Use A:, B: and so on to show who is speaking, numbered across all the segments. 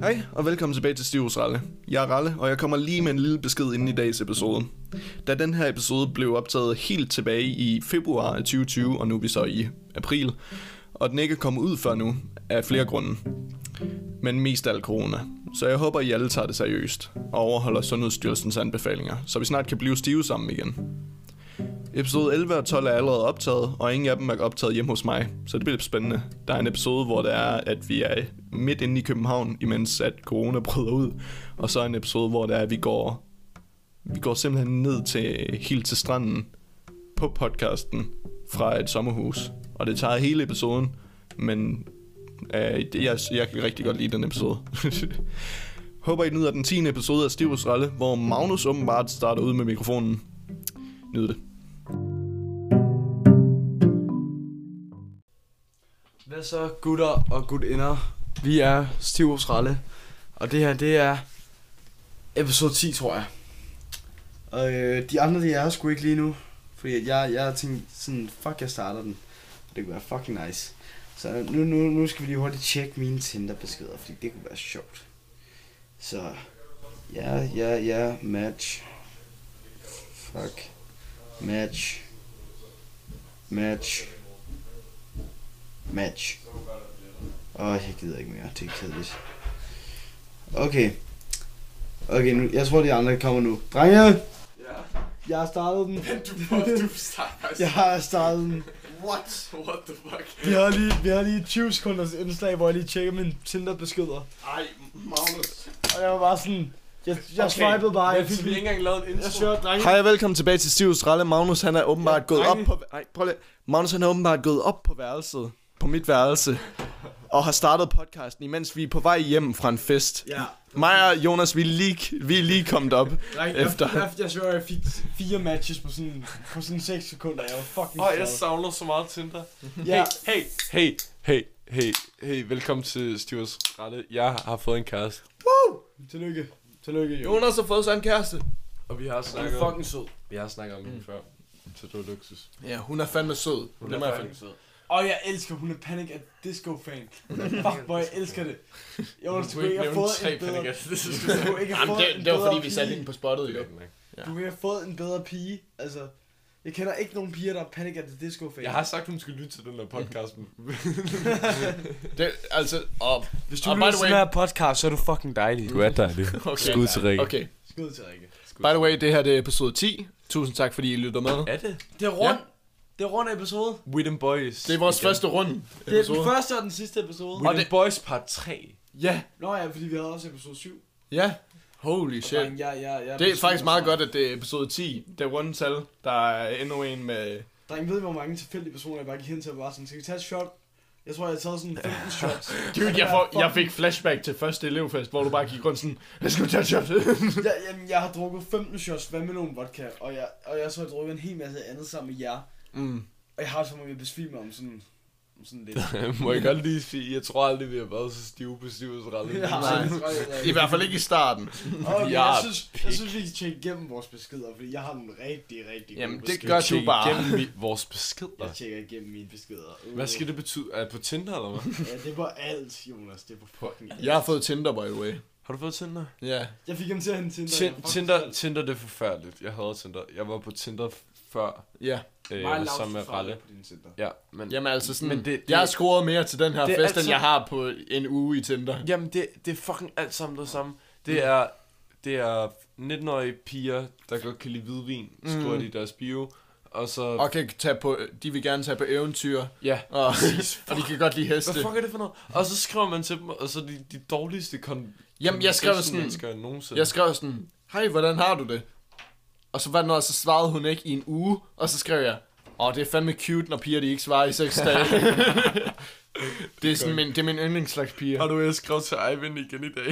A: Hej, og velkommen tilbage til Stivus Ralle. Jeg er Ralle, og jeg kommer lige med en lille besked inden i dagens episode. Da den her episode blev optaget helt tilbage i februar af 2020, og nu er vi så i april, og den ikke er kommet ud før nu, af flere grunde. Men mest af alt corona. Så jeg håber, I alle tager det seriøst og overholder Sundhedsstyrelsens anbefalinger, så vi snart kan blive stive sammen igen. Episode 11 og 12 er allerede optaget, og ingen af dem er optaget hjemme hos mig, så det bliver spændende. Der er en episode, hvor det er, at vi er midt inde i København, imens at corona bryder ud, og så er en episode, hvor det er, at vi går, vi går simpelthen ned til, helt til stranden på podcasten fra et sommerhus. Og det tager hele episoden, men øh, det- jeg, jeg kan rigtig godt lide den episode. Håber I nyder den 10. episode af Stivus Ralle, hvor Magnus åbenbart starter ud med mikrofonen. Nyd det.
B: Hvad så, gutter og gutinder? Vi er Stivs Ralle, og det her, det er episode 10, tror jeg. Og øh, de andre, de er her sgu ikke lige nu, fordi at jeg, jeg tænkte sådan, fuck, jeg starter den. Det kunne være fucking nice. Så nu, nu, nu skal vi lige hurtigt tjekke mine Tinder-beskeder, fordi det kunne være sjovt. Så, ja, ja, ja, match. Fuck. Match. Match. Match. Åh, jeg gider ikke mere. Det er kedeligt. Okay. Okay, nu, jeg tror, de andre kommer nu. Drenge!
C: Ja,
B: Jeg har startet den.
C: men du må du starter.
B: Jeg har startet den.
C: What? What the fuck?
B: Vi har lige, vi har lige 20 sekunders indslag, hvor jeg lige tjekker mine Tinder-beskeder.
C: Ej, Magnus.
B: Og jeg var bare sådan... Jeg, jeg okay. swipede bare. Jeg
C: Jeg
B: fik
C: vi ikke
B: den.
C: engang lavet en
B: Jeg
C: intro.
B: sørger, drenge.
A: Hej og velkommen tilbage til Stivs Ralle. Magnus han er åbenbart
B: Ja,
A: gået op
B: drenge.
A: på... Ej, prøv lige. Magnus han er åbenbart gået op på værelset. På mit værelse. Og har startet podcasten, imens vi er på vej hjem fra en fest.
B: Ja.
A: Mig og Jonas, vi er lige, vi er lige kommet op.
B: Drenge,
A: Efter.
B: Jeg, jeg, jeg sørger, jeg fik fire matches på sådan, på sådan 6 sekunder. Jeg var fucking
C: Åh, jeg
B: glad.
C: savner så meget Tinder.
B: Ja.
C: Hey, hey, hey, hey, hey. Velkommen til Stivers Rette. Jeg har fået en kæreste.
B: Tillykke. Tillykke, jo.
C: Jonas har fået sig en kæreste. Og vi har
B: Du
C: snakket,
B: er fucking sød.
C: vi har snakket om hende før. Så det var luksus.
A: Ja, hun er fandme sød.
C: Hun
A: Det må
C: er
A: jeg
C: fucking
A: finde.
C: sød.
B: Og jeg elsker, hun er Panic at Disco-fan. Fuck, hvor jeg elsker det. Jeg
C: Du
B: var
C: kunne
B: skulle ikke
C: ikke
B: have
C: nævne
B: fået
C: tre
B: en bedre...
C: panikker. Det synes
B: Du kunne ikke have
D: Jamen,
B: fået en
D: det, det var
B: bedre
D: fordi, vi satte
B: pige.
D: hende på spottet, jo.
C: jeg.
B: Du kunne have fået en bedre pige. Altså, jeg kender ikke nogen piger, der er Panic at the Disco-fan.
C: Jeg har sagt, hun skal lytte til den der podcast.
D: Det, altså, og...
B: Hvis
D: og by the way,
B: her podcast, så er du fucking dejlig.
C: Du er dejlig.
D: okay,
C: Skud til Rikke.
D: Okay.
B: Skud til Rikke.
D: By the way, det her det er episode 10. Tusind tak, fordi I lytter med.
C: Er det?
B: Det er rund. Det er rund episode.
C: Widden Boys.
D: Det er vores
C: Igen.
D: første runde.
B: Det er den første og den sidste episode.
C: With the Boys part 3.
D: Ja,
B: Nå ja, fordi vi havde også episode 7.
D: ja. Holy
B: Og
D: shit.
B: drenge, jeg, jeg, jeg
D: Det er faktisk meget
B: beslutter
D: godt, at det er episode 10. Det er runde tal. Der er endnu en med...
B: mig. Drenge, ved I, hvor mange tilfældige personer, jeg bare gik hen til og bare sådan, skal vi tage et shot? Jeg tror, jeg har taget sådan 15 shots.
D: Dude, jeg, får, jeg fik flashback til første elevfest, hvor du bare gik rundt sådan... Let's go tage et shot.
B: jeg, jamen, jeg har drukket 15 shots vandmelon vodka, og jeg, og jeg så har drukket en hel masse andet sammen med jer.
D: mm.
B: Og jeg har det som om, jeg besvimer om sådan, om sådan lidt.
C: Må jeg godt lige sige, jeg tror aldrig, vi har været så stive på Stivets Rally.
B: Jeg har
D: Nej.
B: sådan- tror jeg, jeg-
D: I hvert fald ikke i starten.
B: Okay,
C: jeg
B: jeg,
C: er
B: synes, jeg synes, vi kan tjekke igennem vores beskeder, fordi jeg har nogle rigtig, rigtig
D: Jamen,
B: gode
D: det
B: beskeder.
D: gør du bare.
C: Gennem vi, vores
B: Jeg
C: beskeder.
B: tjekker igennem mine beskeder. Uh,
C: Hvad skal det betyde? Er det på Tinder, eller hvad?
B: Ja, det var alt, Jonas. Det var fucking alt.
D: Jeg har fået Tinder, by the way.
C: Har du fået Tinder?
D: Ja.
B: Jeg fik ham til at hente Tinder. jeg var
C: Tin-
B: fucking
C: Tinder,
B: stolt.
C: Tinder, det er forfærdeligt. Jeg hader Tinder. Jeg var på Tinder f- før,
D: Ja.
B: Meget
C: øh, jeg var
B: lavt
C: sammen med
B: forfra
C: Ralle.
B: på din Tinder.
C: Ja, men...
D: Jamen altså sådan,
C: Men det-
D: men
C: det-
D: det, jeg har scoret mere til den her
C: Det er
D: fest,
C: altid-
D: end jeg har på en uge i Tinder.
C: Jamen, det, det er fucking alt sammen det samme. Det er, det er 19-årige piger, der godt kan lide hvidvin, skriver
D: Mm.
C: de i deres bio. Og så...
D: Og kan tage på, de vil gerne tage på eventyr,
C: Ja,
D: og, og de kan godt lide heste.
C: Hvad fuck er det for noget? Og så skriver man til dem, og så de, de dårligste kon-
D: Jamen, jeg skrev sådan,
C: mennesker nogensinde.
D: jeg skrev sådan, hej, hvordan har du det? Og så var den også, så svarede hun ikke i en uge, og så skrev jeg, åh, det er fandme cute, når piger de ikke svarer i seks dage. det, er sådan min, det er min yndlingsslags piger.
C: Har du jeg skrev til Ivan igen i dag?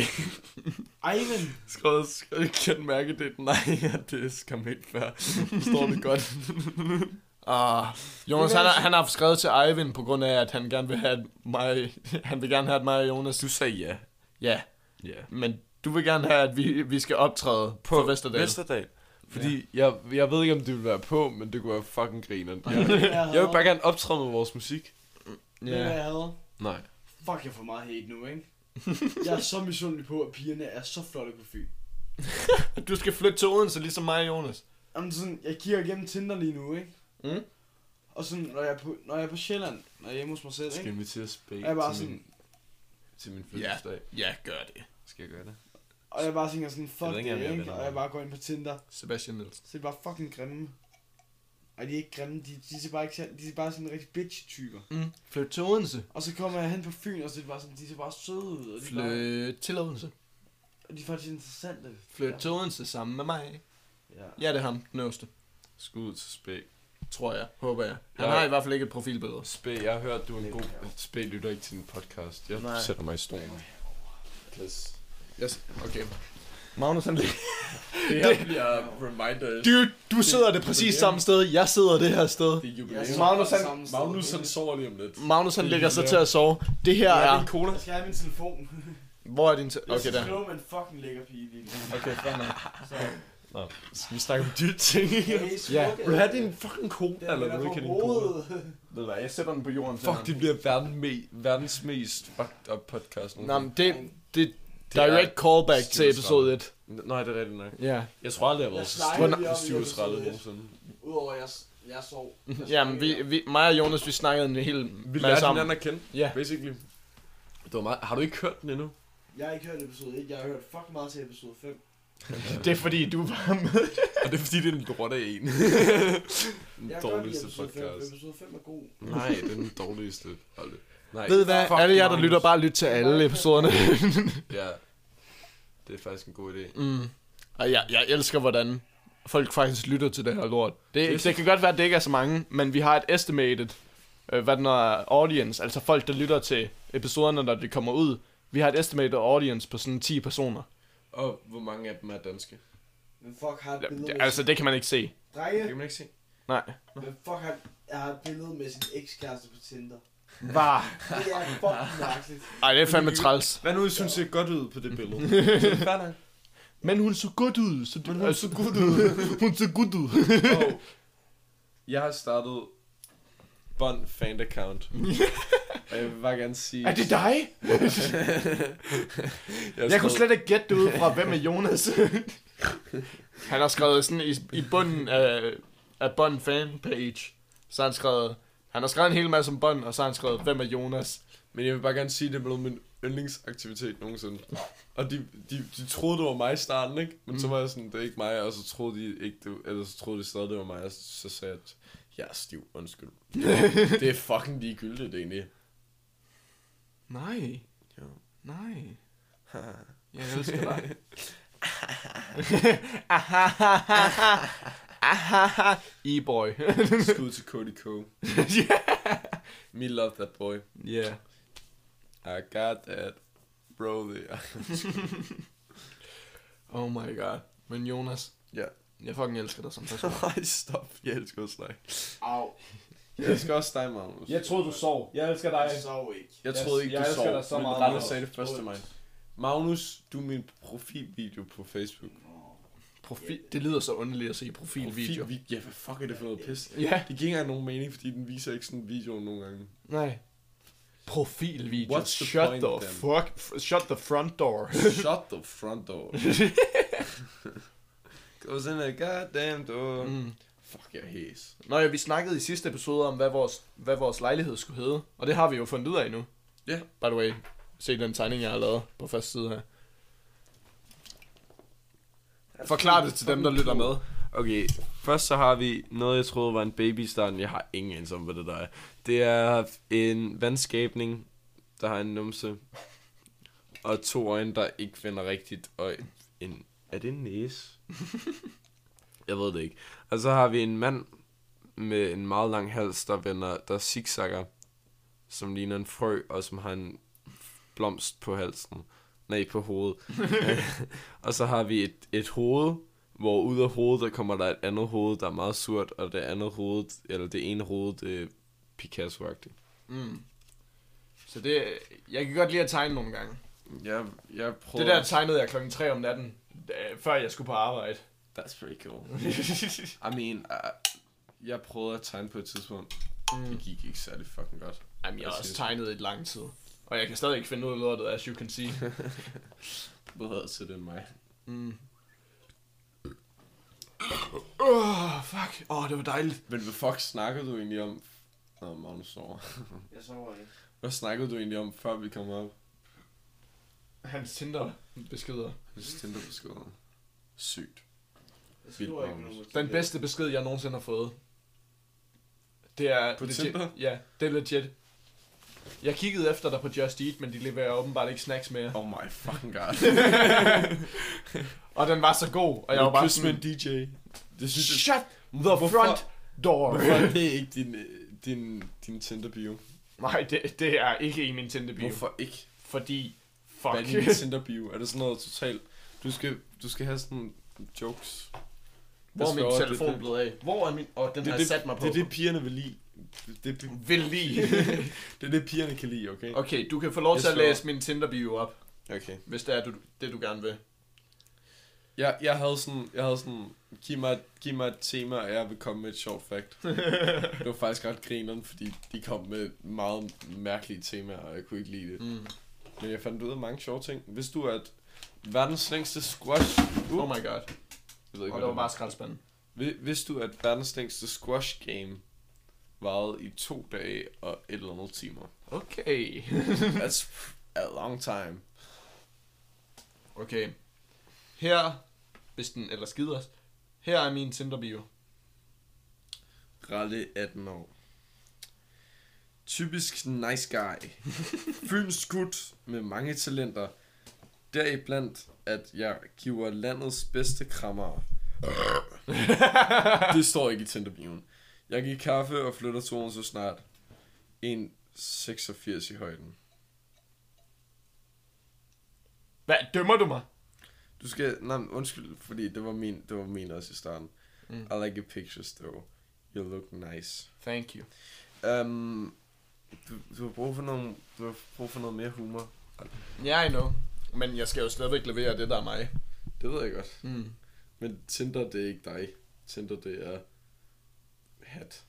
B: Ivan!
C: skrev, skrev kan mærke det. Nej, ja, det er skam ikke fair. Forstår det godt.
D: Og Ah, Jonas,
B: Det er
D: han, har- han har skrevet til Eivind på grund af, at han gerne vil have at mig, han vil gerne have at mig og Jonas.
C: Du sagde ja.
D: Ja,
C: Ja.
D: Men du vil gerne have, at vi, vi skal optræde på for Vesterdal. Vester...
C: Vesterdal. Fordi jeg, jeg ved ikke, om det ville være på, men det kunne være fucking griner. Jeg,
B: Jeg,
C: jeg vil bare gerne optræde med vores musik.
B: Ja. Jeg havde.
C: Nej.
B: Fuck, jeg får meget hate nu, ikke? Jeg er så misundelig på, at pigerne er så flotte på Fyn.
D: Du skal flytte til Odense, ligesom mig og Jonas.
B: Jamen sådan, jeg kigger igennem Tinder lige nu, ikke?
D: Mm.
B: Og sådan, når jeg er på, når jeg er på Sjælland, når jeg er hjemme hos mig selv,
C: Skal
B: ikke?
C: vi til at spæge
B: Og jeg bare
C: til,
B: sådan,
C: min, til min fødselsdag?
D: Ja, gør det.
C: Skal jeg gøre det?
B: og jeg bare tænker sådan,
C: Jeg
B: fuck
C: ved
B: det,
C: ikke engang, hvad jeg
B: ikke?
C: vælger.
B: Og jeg bare går ind på Tinder,
D: Sebastian Nielsen.
B: så er de bare fucking grimme. Og de er ikke grimme, de, de er bare ikke, selv- de er bare sådan rigtig bitch-typer.
D: Mm. Flyt til Odense.
B: Og så kommer jeg hen på Fyn, og så er de bare sådan, de ser bare søde ud, og de, er bare,
D: Flyt til Odense.
B: og de er faktisk interessante.
D: Flyt
B: Ja.
D: til Odense sammen med mig.
B: Ja.
D: Ja, det er ham, den øverste.
C: Skud til spæg.
D: Tror jeg. Håber jeg. Han
C: Ja.
D: har i hvert fald ikke et profilbillede.
C: Spæg, jeg har hørt, du er en god... Spæg lytter ikke til en podcast. Jeg
D: Nej.
C: Nej. sætter mig i stolen. Yes.
D: Yes. Okay.
C: Magnus, han
D: Det her
C: bliver reminder.
D: Dude, du sidder det præcis samme sted. Jeg sidder det her sted.
C: Det er
B: Jeg
C: jubilæum. Mm.
B: sover
C: Magnus, han,
B: samme sted.
C: Magnus, han sover lige om lidt.
D: Magnus han lægger sig til at sove. Det her er...
C: cola.
B: Jeg skal have min telefon.
D: Hvor er din... T-
B: Jeg
D: okay,
B: skal
D: der.
B: skrive med en fucking lækker pige lige nu.
D: Okay, fair nok.
B: Så,
C: Vi snakker om dyrt ting.
B: hey, smukke.
C: Vil du have din fucking cola,
B: Den
C: eller
B: er
C: vil du
B: på
C: ikke have din cola?
B: hovedet.
D: Ved du hvad, jeg sætter den på jorden.
C: Fuck, det bliver verdens, me- verdens mest fucked up podcast.
D: Nå, men det... Det,
C: Det er-
D: direct callback til
C: Stivstrøm.
D: episode 1.
C: Nej, det er rigtigt nok.
D: Ja.
C: Jeg tror aldrig, jeg
B: Jeg
C: har været så
B: snakker lige om,
C: stiv
B: jeg vil
C: skraldet
B: sidde lidt.
C: nogensinde.
B: Udover jeg, jeg sov. Jeg
D: Jamen, vi, vi, mig og Jonas, vi snakkede en hel
C: Vi
D: masse
C: lærte
D: om...
C: hinanden at kende,
D: Ja.
C: basically. Det var meget... Har du ikke hørt den endnu?
B: Jeg har ikke hørt episode 1, jeg har hørt fucking meget til episode 5.
D: Det er fordi, du var med.
C: Og det er fordi, det er en lorte en. den
B: Jeg har godt lide
C: dårligste
B: episode 5,
C: podcast.
B: episode 5 er god.
C: Nej, det er den dårligste. Hold det. Nej.
D: Ved I hvad,
C: Fuck
D: alle jer, der
C: Magnus.
D: lytter, bare lyt til alle episoderne.
C: Ja. Det er faktisk en god idé.
D: Mm. Og jeg, jeg elsker, hvordan folk faktisk lytter til det her lort. Det,
C: Det er
D: det, det kan godt være, at det ikke er så mange, men vi har et estimated, øh, hvad den er, audience, altså folk, der lytter til episoderne, når de kommer ud. Vi har et estimated audience på sådan 10 personer.
C: Og hvor mange af dem er danske?
B: Men fuck har et billede
D: Ja,
B: med
D: Altså, det kan man ikke se.
B: sin... Drenge,
C: Det kan man ikke se.
D: Nej.
B: men fuck har, jeg har et billede med sin ekskæreste på Tinder.
D: Var.
B: Det er fucking mærkeligt.
D: Ej, det er fandme træls.
C: Hvad nu, jeg synes, ser godt ud på det billede?
D: Men hun så godt ud. Så
C: Men hun så
D: godt ud. hun så godt ud.
C: Og jeg har startet Bond fan account. og jeg vil bare gerne sige...
D: Er det dig?
C: Jeg,
D: Jeg kunne slet ikke gætte det ud fra, hvem er Jonas? han har skrevet sådan i, i bunden af, af Bond fanpage, så har han skrevet, han har skrevet en hel masse om Bond, og så har han skrevet, hvem er Jonas?
C: Men jeg vil bare gerne sige, det blev min yndlingsaktivitet nogensinde. Og de, de, de troede, det var mig i starten, ikke? Men mm. så var jeg sådan, det er ikke mig, og så troede de ikke, det, eller så troede de stadig, det var mig, og så sagde jeg, at jeg er stiv, undskyld. det er fucking ligegyldigt, egentlig.
D: Nej.
C: Jo.
D: Nej. Jeg elsker dig. E-boy.
C: Skud til Cody Ko. Me love that boy.
D: yeah.
C: I got that. Bro, det er...
D: Oh my god. Men Jonas,
C: Ja.
D: jeg fucking elsker dig som person.
C: Nej, stop. Jeg elsker også dig.
B: Au,
C: Jeg elsker også dig, Magnus.
D: troede, du sov. Jeg elsker
B: jeg sov ikke.
C: jeg troede ikke,
D: jeg
C: du
D: elsker
C: sov.
D: dig så
C: men
D: meget,
C: Randers
D: Magnus.
C: sagde det først til mig. Magnus, du er min profilvideo på Facebook.
D: Profil. Det lyder så underligt at se profilvideo.
C: Profilvid- Ja, hvad fuck er det for noget pis?
D: Ja.
C: Det giver ikke engang nogen mening, fordi den viser ikke sådan en video nogle gange.
D: Nej. Profilvideo.
C: What's the
D: shut
C: point
D: the
C: then?
D: fuck. F- shut the front door.
C: Shut the front door. Goes in a goddamn door. Mm. Fuck, jeg er hæs.
D: Nå ja, vi snakkede i sidste episode om, hvad vores, hvad vores lejlighed skulle hedde. Og det har vi jo fundet ud af nu.
C: Ja.
D: By the way, se den tegning, jeg har lavet på første side her. Forklar det til dem, der lytter med.
C: Okay, først så har vi noget, jeg troede var en baby i starten. Jeg har ingen anelse om, hvad det der er. Det er en vandskabning, der har en numse. Og to øjne, der ikke vender rigtigt. Og en... Er det en næse? jeg ved det ikke. Og så har vi en mand med en meget lang hals, der vender, der zigzagger, som ligner en frø, og som har en blomst på halsen. Nej, på hovedet. og så har vi et, et hoved, hvor ud af hovedet, der kommer der et andet hoved, der er meget surt, og det andet hoved, eller det ene hoved, det er picasso -agtigt.
D: Så det, jeg kan godt lide at tegne nogle gange.
C: Jeg, jeg prøver...
D: Det der tegnede jeg klokken 3 om natten, øh, før jeg skulle på arbejde.
C: That's pretty cool. I mean, uh, jeg prøvede at tegne på et tidspunkt.
D: Mm.
C: Det gik ikke særlig fucking godt.
D: Jamen, jeg har
C: Præcis.
D: også tegnet i et lang tid. Og jeg kan stadig ikke finde ud af lortet, as you can see.
C: Bedre til det end mig.
D: Mm. Åh, oh, fuck. Åh, oh, det var dejligt.
C: Men hvad fuck snakkede du egentlig om? Nå, Magnus sover.
B: Jeg sover ikke.
C: Hvad snakkede du egentlig om, før vi kom op?
D: Hans Tinder-beskeder.
C: Hans Tinder beskeder. Sygt.
B: Jeg
C: skriver Vildt, ikke Magnus.
B: noget.
D: Den bedste besked, jeg nogensinde har fået. Det er
C: På
D: legit.
C: Tinder?
D: Ja, det er legit. Jeg kiggede efter dig på Just Eat, men de leverer åbenbart ikke snacks mere.
C: Oh my fucking god.
D: Og den var så god, og jeg var bare sådan,
C: DJ. Det synes jeg...
D: Shut the
C: Hvorfor-
D: front door.
C: Hvorfor er det ikke din, øh, din, din Tinder bio?
D: Nej, det, det er ikke i min Tinder bio.
C: Hvorfor ikke?
D: Fordi,
C: Hvad er din
D: fuck.
C: Tinder bio? Er det sådan noget totalt... Du skal, du skal have sådan jokes.
D: Hvor er
C: Hvad
D: min
C: står
D: telefon
C: det?
D: blevet af? Hvor er min... Åh, oh, den
C: Det
D: har
C: er
D: jeg
C: det,
D: sat mig på.
C: det, er det, pigerne vil lide. Det, det,
D: Vil lige.
C: det er det, pigerne kan lide, okay?
D: Okay, du kan få lov
C: Jeg
D: til at
C: slår.
D: læse min Tinder-bio op,
C: Okay.
D: hvis det er du, det, du gerne vil.
C: Jeg, jeg havde sådan, jeg havde sådan giv, mig, giv mig et tema, og jeg vil komme med et sjovt fact. det var faktisk ret grineren, fordi de kom med meget mærkelige temaer, og jeg kunne ikke lide det.
D: Mm.
C: Men jeg fandt ud af mange sjove ting. Hvis du er verdens længste squash... Uh,
D: Oh my god.
C: jeg ved
D: Og
C: ikke,
D: det
C: hvad
D: var
C: det
D: bare
C: var.
D: skraldespanden.
C: Hvi- Hvis du er verdens længste squash game varede i to dage og et eller andet timer.
D: Okay.
C: That's a long time.
D: Okay. Her, hvis den ellers skider os, her er min Tinder-bio.
C: Ralle 18 år. Typisk nice guy. Fyns gut med mange talenter. Deriblandt, at jeg giver landets bedste krammer. det står ikke i Tinderbioen. Jeg giver kaffe og flytter tonen så snart. 1,86 i højden.
D: Hvad, dømmer du mig?
C: Du skal... Nej, men undskyld, fordi det var min, det var min også i starten. Mm.
D: Mm.
C: I like your pictures though. You look nice.
D: Thank you.
C: Um, du, du, har brug for nogle, du har brug for noget mere humor.
D: Ja, yeah, I know. Men jeg skal jo stadigvæk levere det, der er mig.
C: Det ved jeg godt.
D: Mm.
C: Men Tinder, det er ikke dig. Tinder, det er hat.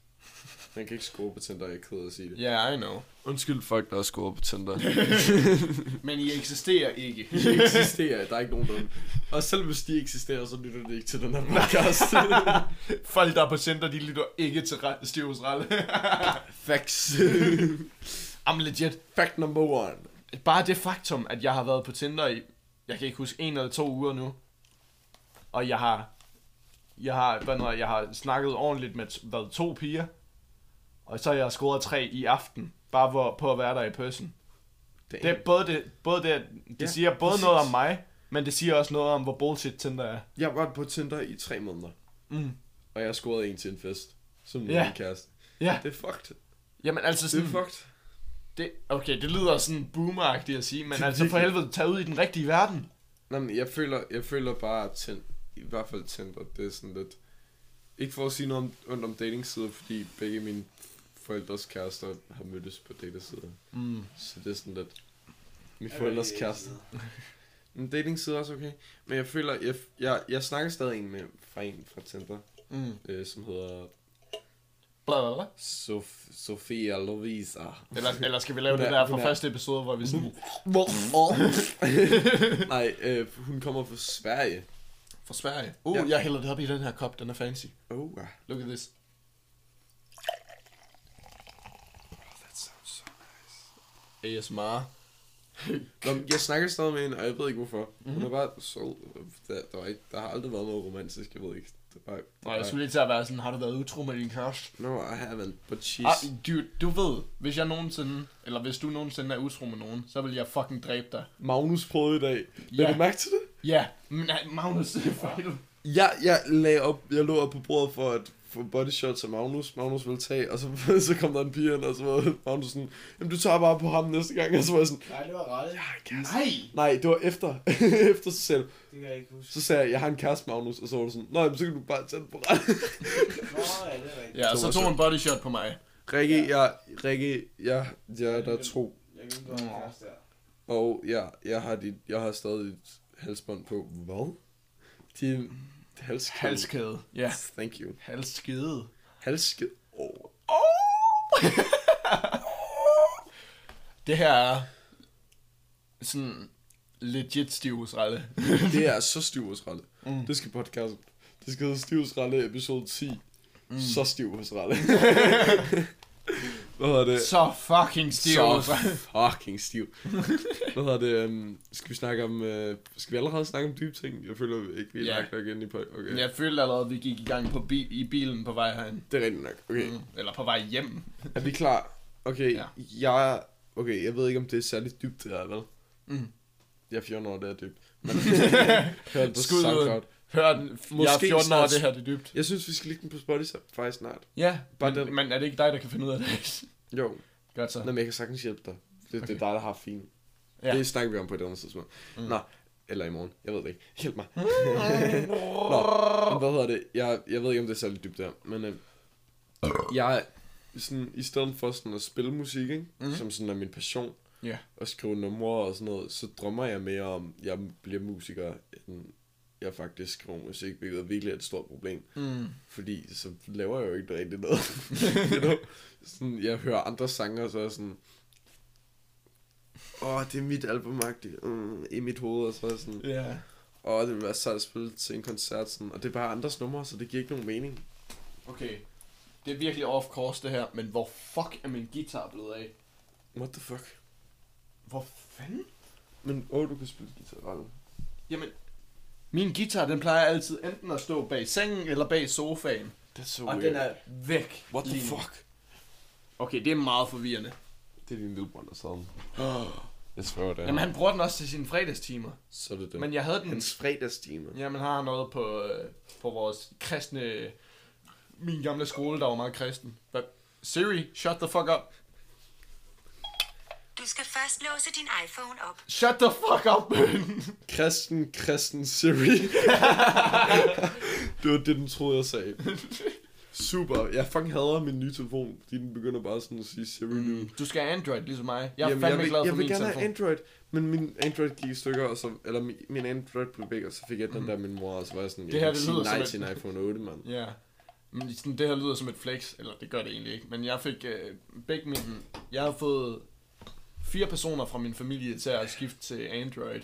C: Man kan ikke score på Tinder, jeg er ked af at sige det.
D: Ja, yeah, I know.
C: Undskyld folk, der har scoret på Tinder.
D: Men I eksisterer ikke.
C: de eksisterer, der er ikke nogen der... Og selv hvis de eksisterer, så lytter de ikke til den her podcast.
D: Folk, der er på Tinder, de lytter ikke til re- Stivs Ralle.
C: Facts.
D: I'm legit.
C: Fact number one.
D: Bare det faktum, at jeg har været på Tinder i, jeg kan ikke huske, en eller to uger nu. Og jeg har, jeg har, hvad noget, jeg har snakket ordentligt med t- hvad, to piger. Og så har jeg scoret tre i aften. Bare hvor, på at være der i person. Det er både det, både det, at- det ja,
C: Ja,
D: siger både
C: præcis.
D: præcis. noget om mig, men det siger også noget om, hvor bullshit Tinder er.
C: Jeg var på Tinder i tre måneder,
D: Mm.
C: og jeg scorede en til en fest. Som
D: Ja.
C: yeah. min kæreste.
D: Ja,
C: Det er fucked.
D: jamen altså
C: Det
D: sådan,
C: er fucked.
D: det, okay, det lyder sådan boomeragtigt at sige, men
C: Det er
D: altså for
C: virkelig-
D: helvede, tag ud i den rigtige verden.
C: Nej, men jeg føler, jeg føler bare, at Tind- i hvert fald Tinder, det er sådan lidt... Ikke for at sige noget om, ondt om datingsider, fordi begge mine forældres kærester har mødtes på datingsider.
D: Mm.
C: Så det er sådan lidt... Mine forældres kærester. Men datingsider er også okay. Men jeg føler, jeg, jeg, jeg snakker stadig en med, fra en fra Tinder,
D: Mm.
C: øh, som hedder
D: Bla, bla, bla.
C: Sof- Sofia Lovisa.
D: Eller, eller skal vi lave
C: Hun er-
D: det der
C: hun
D: fra
C: er-
D: første episode, hvor vi sådan...
C: Nej, øh, hun kommer fra Sverige.
D: Fra Sverige. Uh,
C: Ja.
D: jeg hælder det op i den her kop, den er fancy.
C: Oh, wow.
D: Look at this.
C: That sounds so
D: ASMR.
C: Nå, men jeg snakker stadig med hende, og jeg ved ikke hvorfor. Mm-hmm. Hun er bare sød. Der, der, var ikke, der har aldrig været noget romantisk, jeg ved ikke. Det var, det
D: Nej, jeg skulle lige til at være sådan, har du været utro med din kæreste?
C: No, I haven't, but she's...
D: Ah, dude, du ved, hvis jeg nogensinde, eller hvis du nogensinde er utro med nogen, så vil jeg fucking dræbe dig.
C: Magnus prøvede i dag.
D: Ja.
C: Lagde du mærke til det?
D: Ja, men nej, Magnus, for helvede.
C: Jeg, jeg, lagde op, jeg lå op på bordet for at få body shots af Magnus. Magnus ville tage, og så, så kom der en pige ind, og så var Magnus sådan, jamen du tager bare på ham næste gang, og så var jeg sådan,
B: Nej, det var ret.
D: Nej!
C: nej, det var efter, efter så sagde, du-
B: Det kan jeg ikke huske.
C: så sagde jeg, jeg har en kæreste, Magnus, og så var du sådan, nej, men så kan du bare tage den på ret.
B: Nå, ja, det er rigtigt.
D: Ja, så tog hun body shot på mig.
C: Rikke, jeg, Rikke, jeg, jeg er der tro.
B: Jeg kan ikke gøre kæreste der.
C: Og ja, jeg har, dit, jeg har stadig dit halsbånd på. Hvad? Din halskæde.
D: Halskæde. Ja.
C: Thank you.
D: Halskæde.
C: Halskæde. Oh.
D: Oh! Det her er sådan legit stivhusrelle.
C: det er så stivhusralle. Mm. Det skal podcasten. Det skal hedde stivhusralle episode 10. Mm. Så stivhusralle. Hvad hedder det?
D: Så fucking
C: Så
D: stivhusrelle.
C: fucking stiv. Hvad hedder det? Um, skal vi snakke om... Uh, skal vi allerede snakke om dybe ting? Jeg føler vi ikke, vi er
D: Ja.
C: yeah. lagt nok ind i... pod- Okay.
D: Jeg følte allerede, at vi gik i gang på bi- i bilen på vej herind.
C: Det er rigtigt nok. Okay.
D: Mm. Eller på vej hjem.
C: Er vi klar? Okay,
D: Ja.
C: ja. jeg, okay, jeg ved ikke, om det er særlig dybt, det her, vel?
D: Mm.
C: Jeg er 14 år, det er dybt. Men hør det på
D: Skud ud.
C: SoundCloud.
D: Hør den. Måske jeg er
C: Måske
D: 14 år,
C: snart-
D: det her det er dybt.
C: Jeg synes, vi skal lægge den på Spotify faktisk snart.
D: Ja,
C: Bare
D: men,
C: den-
D: men er det ikke dig, der kan finde ud af det?
C: Jo,
D: Godt så.
C: Nå, men jeg kan sagtens hjælpe dig. Det, okay. det er dig, der har fint.
D: Ja.
C: Ja. Det snakker vi om på et andet tidspunkt. Mm. Nå, eller i morgen. Jeg ved det ikke. Hjælp
D: Mm.
C: mig. Nå, men hvad hedder det? Jeg, jeg ved ikke, om det er særlig dybt der, men øh, jeg er sådan, i stedet for sådan at spille musik, ikke? Mm. som sådan er min passion,
D: Ja.
C: og skrive numre og sådan noget, så drømmer jeg mere om, at jeg bliver musiker, end jeg faktisk skriver musik, hvilket er virkelig et stort problem.
D: Mm.
C: Fordi så laver jeg jo ikke rigtig noget. you know? sådan, jeg hører andre sanger, og så er jeg sådan... Åh, oh, det er mit albumagtigt mm, i mit hoved, og så er jeg sådan...
D: Ja.
C: Åh, oh, det ville være sejt at spille til en koncert, sådan. Og det er bare andres numre, så det giver ikke nogen mening.
D: Okay. Det er virkelig off course det her, men hvor fuck er min guitar blevet af?
C: What the fuck?
D: Hvor fanden?
C: Men åh, oh, du kan spille guitar, Ralle.
D: Jamen, min guitar, den plejer altid enten at stå bag sengen eller bag sofaen.
C: Det er så
D: Og
C: weird.
D: den er væk.
C: What the
D: lige nu.
C: fuck?
D: Okay, det er meget forvirrende.
C: Det er din lillebror, der sad den. Jeg sværger det.
D: Jamen, han bruger den også til sine fredagstimer.
C: Så er det det.
D: Men jeg havde den...
C: Hans fredagstime.
D: Jamen, har han noget på, øh, på vores kristne... Min gamle skole, der var meget kristen. Hvad? Siri, shut the fuck up.
E: Du skal først låse din iPhone op.
D: Shut the fuck up!
C: Kristen, kristen Siri. det var det, den troede, jeg sagde. Super. Jeg fucking hader min nye telefon, fordi den begynder bare sådan at sige Siri nu.
D: du skal have Android, ligesom mig. Mm. Jeg er Jamen,
C: Mm. jeg
D: fandme
C: vil,
D: glad
C: jeg
D: for
C: vil
D: min
C: gerne
D: telefon.
C: have Android, men min Android gik i stykker, og så, eller min, min Android blev væk, og så fik jeg den der min mor, og så var jeg sådan, jeg
D: Mm. Det her,
C: kan ikke
D: det
C: sige
D: lyder
C: nej
D: som
C: til en iPhone 8, mand.
D: Ja. Men sådan, det her lyder som et flex, eller det gør det egentlig ikke. Men jeg fik øh, begge mine... Jeg har fået fire personer fra min familie til at skifte til Android.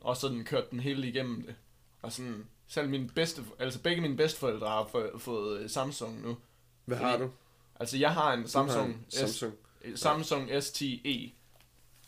D: Og sådan kørte den hele igennem det. Og sådan, selv mine bedste, altså begge mine bedsteforældre har få- fået øh, Samsung nu.
C: Hvad har du?
D: Altså, jeg har en Samsung,
C: har en Samsung.
D: S, øh, Samsung S10e.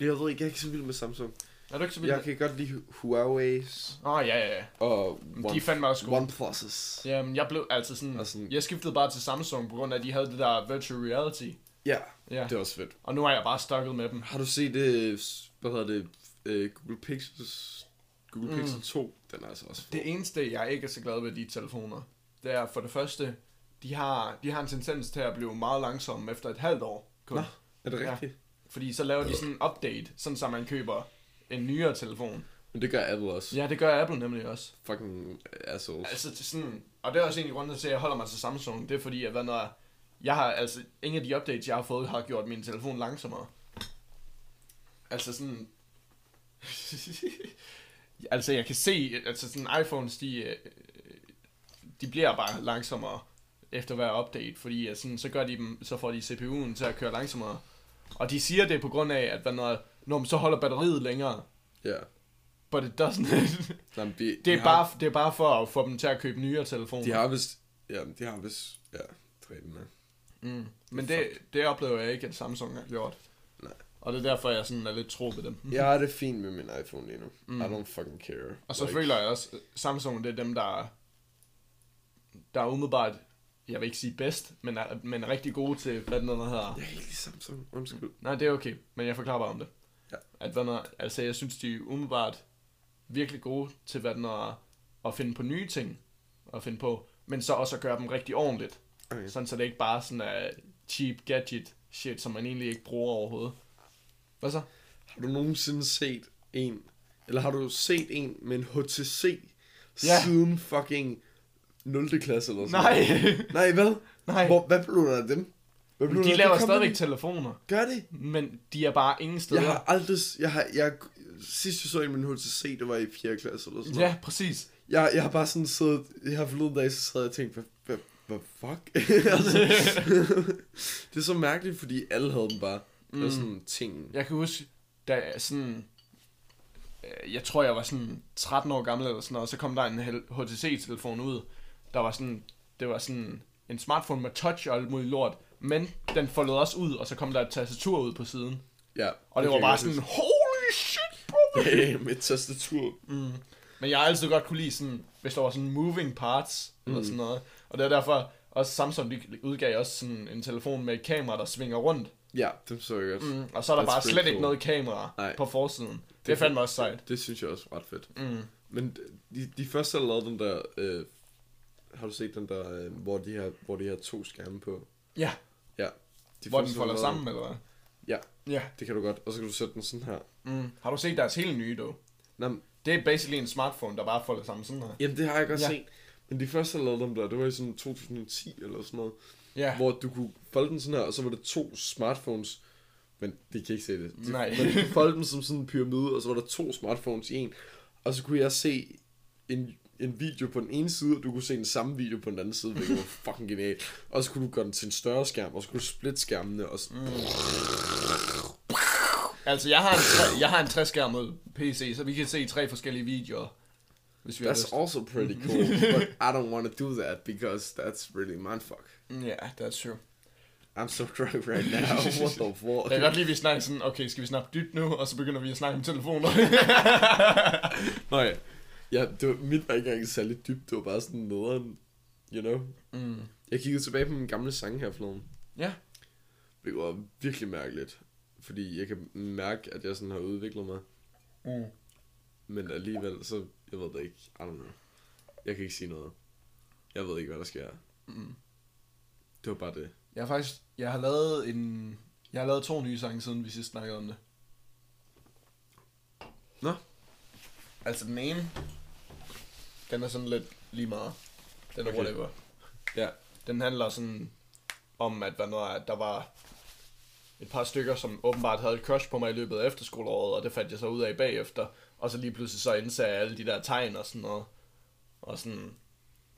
C: Jeg ved ikke, jeg er ikke så vild med Samsung.
D: Er du ikke så vild?
C: Jeg
D: Åh,
C: kan godt lide Hu- Huawei's
D: oh, ja, ja, ja.
C: og
D: De er fandme også gode.
C: OnePlus'
D: Jamen, jeg blev altså sådan,
C: Og sådan-
D: jeg skiftede bare til Samsung, på grund af, at de havde det der virtual reality.
C: Ja,
D: Ja.
C: det er også fedt.
D: Og nu er jeg bare stukket med dem.
C: Har du set, øh, hvad hedder det, øh, Google Pixels, Google
D: Mm.
C: Pixel 2? Den er altså også fed.
D: Det eneste, jeg ikke er så glad ved de telefoner, det er for det første, de har, de har en tendens til at blive meget langsomme efter et halvt år. Kun.
C: Nå, er det rigtigt? Ja.
D: Fordi så laver de sådan en update, sådan så man køber en nyere telefon.
C: Men det gør Apple også. Ja.
D: Ja, det gør Apple nemlig også.
C: Fucking assholes. Altså,
D: Altså til sådan, og det er også en af grunden til, at jeg holder mig til Samsung, det er fordi, at hvad når jeg har, altså, ingen af de updates, jeg har fået, har gjort min telefon langsommere. Altså sådan, altså jeg kan se, altså sådan iPhones, de, øh, de bliver bare langsommere efter hver update, fordi at sådan, så gør de dem, så får de CPU'en til at køre langsommere. Og de siger det på grund af, at hvad når, når man så holder batteriet længere,
C: ja.
D: but it doesn't.
C: Jamen, de,
D: Det
C: de
D: er, bare, det er bare for at få dem til at købe nyere telefoner.
C: De har vist... Ja, de har vist... Ja, træden med.
D: mm. Men det, det oplever jeg ikke, at Samsung har gjort.
C: Nej.
D: Og det er derfor, jeg sådan er lidt tro ved dem.
C: Jeg har det fint med min iPhone lige nu. Mm. I don't fucking care.
D: Og så føler jeg også, at Samsung det er dem, der, der er umiddelbart, jeg vil ikke sige bedst, men er, men er rigtig gode til, hvad den der hedder.
C: Jeg kan ikke lide Samsung. Undskyld.
D: Nej, det er okay, men jeg forklarer bare om det.
C: Ja.
D: At hvad der, altså, jeg synes, de er umiddelbart virkelig gode til, hvad den er, at finde på nye ting at finde på, men så også at gøre dem rigtig ordentligt.
C: Okay.
D: Sådan, så det ikke bare sådan er cheap gadget shit, som man egentlig ikke bruger overhovedet. Hvad så?
C: Har du nogensinde set en... Eller har du set en med en HTC
D: Ja.
C: ja. siden fucking 0. klasse eller sådan
D: Nej.
C: noget? Nej, hvad?
D: Nej.
C: Hvor, hvad blev der af dem? Hvad blev der af
D: De
C: det
D: laver
C: kommende?
D: stadigvæk telefoner,
C: Gør det?
D: men de er bare ingen steder.
C: Jeg har aldrig... Jeg har, jeg, sidst jeg så en med en HTC, det var i 4. klasse eller sådan noget.
D: Ja, præcis.
C: Jeg, jeg har bare sådan siddet, jeg har forleden dag, så sad jeg og tænkte, hvad, hvad, hvad fuck? altså, det er så mærkeligt, fordi alle havde den bare. Det
D: Mm.
C: var sådan ting.
D: Jeg kan huske, da jeg sådan... øh, Jeg tror, jeg var sådan 13 år gammel eller sådan noget, og så kom der en hel- HTC-telefon ud, der var sådan... Det var sådan en smartphone med touch og alt muligt lort, men den foldede også ud, og så kom der et tastatur ud på siden.
C: Ja.
D: Og det
C: kan
D: var
C: jeg
D: bare
C: godt
D: sådan,
C: huske.
D: holy shit, bro!
C: Damn, et tastatur.
D: Men jeg har altid godt kunne lide sådan, hvis der var sådan moving parts, eller
C: Mm.
D: sådan noget. Og det er derfor, også Samsung de udgav også sådan en telefon med et kamera, der svinger rundt.
C: Ja, det så jeg godt.
D: Mm, og så er der
C: That's
D: bare
C: pretty
D: slet ikke
C: cool.
D: noget kamera
C: Nej.
D: på forsiden. Det, er fandme også sejt.
C: Det synes jeg også er ret fedt.
D: Mm.
C: Men de, de første, der lavede den der... Øh, har du set den der, øh, hvor, de har, hvor de har to skærme på?
D: Ja,
C: Ja. De
D: hvor den
C: første, der
D: folder
C: lavede-
D: sammen, eller hvad?
C: Ja,
D: Ja.
C: det kan du godt. Og så kan du sætte den sådan her.
D: Mm. Har du set deres hele nye, dog?
C: Nå, men-
D: Det er basically en smartphone, der bare folder sammen sådan her.
C: jamen, det har jeg godt
D: Ja.
C: ja. set. Men de første, der lavede dem der, det var i sådan 2010 eller sådan noget.
D: Ja.
C: Hvor du kunne folde den sådan her, og så var det to smartphones. Men de kan ikke se det. De,
D: Nej.
C: Men de folde dem som sådan en pyramide, og så var der to smartphones i en. Og så kunne jeg se en, en video på den ene side, og du kunne se den samme video på den anden side, hvilket var fucking genialt. Og så kunne du gøre den til en større skærm, og så kunne du splitte skærmene. Og så, mm.
D: Altså, jeg har en, tre, jeg har en 60-skærmet PC, så vi kan se tre forskellige videoer. Hvis vi har lyst.
C: That's also pretty cool, but I don't want to do that, because that's really mindfuck.
D: Ja, that's true.
C: I'm so drunk right now, what the fuck?
D: Jeg kan godt lide, at vi snakker sådan, okay, skal vi snakke dybt nu? Og så begynder vi at snakke om telefoner.
C: Nå ja. ja det var, mit var ikke engang særlig dybt. Det var bare sådan nederen, you know.
D: mm.
C: Jeg kiggede tilbage på min gamle sang her forleden.
D: Ja.
C: Det var virkelig mærkeligt. Fordi jeg kan mærke, at jeg sådan har udviklet mig.
D: Mm.
C: Men alligevel, så jeg ved det ikke. I don't know. Jeg kan ikke sige noget. Jeg ved ikke, hvad der sker.
D: Mm.
C: Det var bare det.
D: Jeg har faktisk, jeg har lavet en, jeg har lavet to nye sange, siden vi sidst snakkede om det.
C: Nå.
D: Altså den ene, den er sådan lidt lige meget. Den er okay.
C: Okay.
D: whatever.
C: Ja.
D: Den handler sådan om, at, hvad noget, er, at der var et par stykker, som åbenbart havde et crush på mig i løbet af efterskoleåret, og det fandt jeg så ud af bagefter. Og så lige pludselig så indsag jeg alle de der tegn og sådan noget. Og sådan,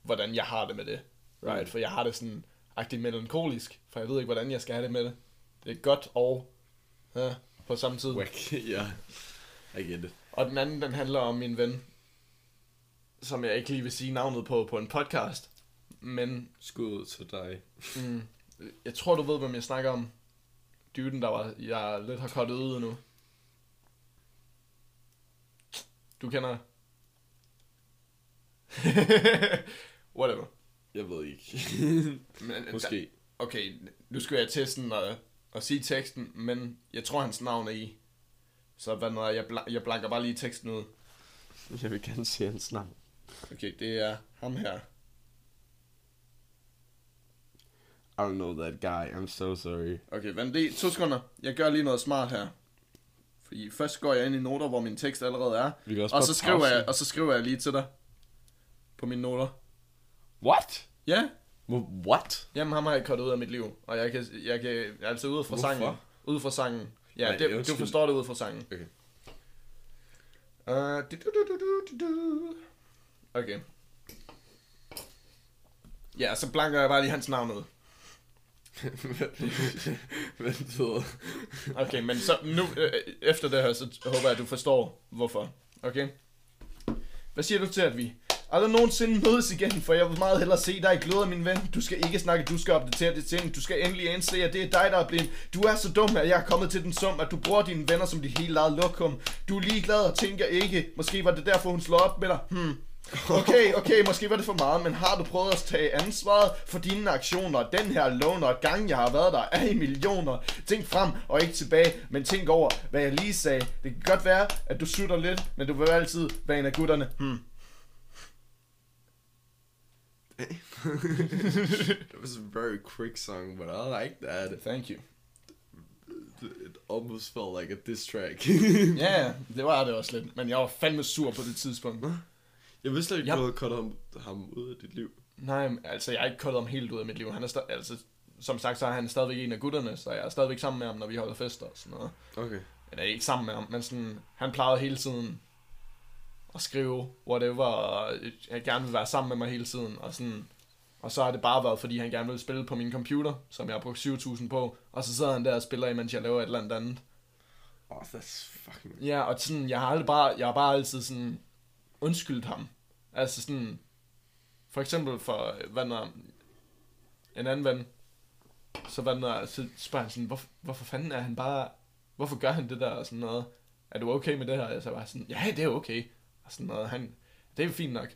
D: hvordan jeg har det med det. Right? For jeg har det sådan agtigt melankolisk, for jeg ved ikke, hvordan jeg skal have det med det. Det er godt og ja, på samme tid.
C: Whack. ja. I get it.
D: Og den anden, den handler om min ven, som jeg ikke lige vil sige navnet på på en podcast. Men
C: Skud til dig.
D: mm, jeg tror, du ved, hvem jeg snakker om. Dyden, der var, jeg lidt har kottet ud nu. Du kender... Whatever.
C: Jeg ved ikke.
D: Men, øh,
C: Måske.
D: okay, nu skal jeg til sådan at, at sige teksten, men jeg tror, hans navn er i. Så hvad noget, jeg, bla- jeg blanker bare lige teksten ud.
C: Jeg vil gerne se hans navn.
D: Okay, det er ham her.
C: I don't know that guy. I'm so sorry.
D: Okay, vent lige. To sekunder. Jeg gør lige noget smart her. Fordi først går jeg ind i noter, hvor min tekst allerede er.
C: Vi kan også
D: Og
C: bare
D: så, skriver
C: pause.
D: jeg, og så skriver jeg lige til dig. På mine noter.
C: What?
D: Ja,
C: What?
D: jamen ham har jeg kottet ud af mit liv. Og jeg kan, jeg kan altså ud fra
C: Hvorfor?
D: sangen. Ud fra sangen. Ja,
C: Nej,
D: Nej, det, du
C: undskyld.
D: forstår det ud fra sangen.
C: Okay.
D: Øh, du- du- du- du- du- du. Okay. Ja, så blanker jeg bare lige hans navn ud.
C: Hvad betyder
D: Okay, men så nu, øh, efter det her, så håber jeg, at du forstår, hvorfor. Okay? Hvad siger du til, at vi aldrig nogensinde mødes igen, for jeg vil meget hellere se dig i gløder, min ven. Du skal ikke snakke, du skal opdatere dit sind. Du skal endelig indse, at det er dig, der er blind. Du er så dum, at jeg er kommet til den sum, at du bruger dine venner som dit helt eget lokum. Du er ligeglad og tænker ikke, måske var det derfor, hun slår op med dig. Hmm. Okay, okay, måske var det for meget, men har du prøvet at tage ansvaret for dine aktioner? Den her loner, gang jeg har været der, er i millioner. Tænk frem og ikke tilbage, men tænk over, hvad jeg lige sagde. Det kan godt være, at du sutter lidt, men du vil altid være en af gutterne. Hmm.
C: That was a very quick song, but I like that.
D: Thank you.
C: It almost felt like a diss track.
D: Ja, yeah, det var det også lidt, men jeg var fandme sur på det tidspunkt.
C: jeg vidste slet ikke,
D: Jeg-
C: du havde kottet ham, ham ud af dit liv.
D: Nej, men altså, jeg har ikke koldet ham helt ud af mit liv. Han er sta- altså, som sagt, så er han stadigvæk en af gutterne, så jeg er stadigvæk sammen med ham, når vi holder fester og sådan noget.
C: Okay.
D: eller ikke sammen med ham, men sådan, han plejede hele tiden at skrive whatever, og øh, han gerne ville være sammen med mig hele tiden, og sådan, Og så har det bare været, fordi han gerne ville spille på min computer, som jeg har brugt 7.000 på. Og så sidder han der og spiller, imens jeg laver et eller andet andet.
B: Oh, that's fucking...
D: Ja, og sådan, jeg har aldrig bare, jeg har bare altid sådan undskyldt ham. Altså sådan, for eksempel for, øh, hvad når, en anden ven, så, hvad når, så spørger han sådan, Hvor, hvorfor fanden er han bare, hvorfor gør han det der og sådan noget? Er du okay med det her? Og jeg så bare sådan, ja, det er okay. Og sådan noget, han, det er fint nok.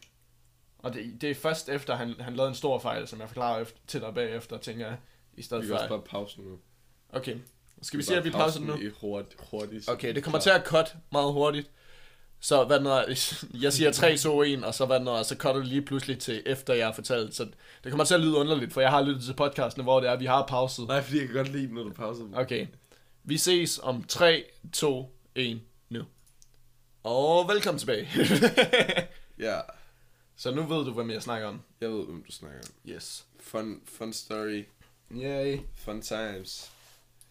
D: Og det, det er først efter, han, han lavede en stor fejl, som jeg forklarer efter, til dig bagefter, tænker jeg, i stedet
C: Vi
D: for...
C: kan også bare pause nu.
D: Okay, skal vi sige, at vi pauser den nu?
C: I hurtigt, hurtigt.
D: Okay, det kommer til at cut meget hurtigt. Så hvad når, jeg siger 3, 2, 1, og så hvad når, så cutter det lige pludselig til efter jeg har fortalt. Så det kommer til at lyde underligt, for jeg har lyttet til podcastene, hvor det er, vi har pauset.
C: Nej, fordi jeg kan godt lide dem, når du pauser dem.
D: Okay, vi ses om 3, 2, 1 nu. Og velkommen tilbage.
C: Ja,
D: så nu ved du, hvem jeg snakker om.
C: jeg ved, hvem du snakker om.
D: Yes.
C: Fun, fun story.
D: Yay.
C: Fun times.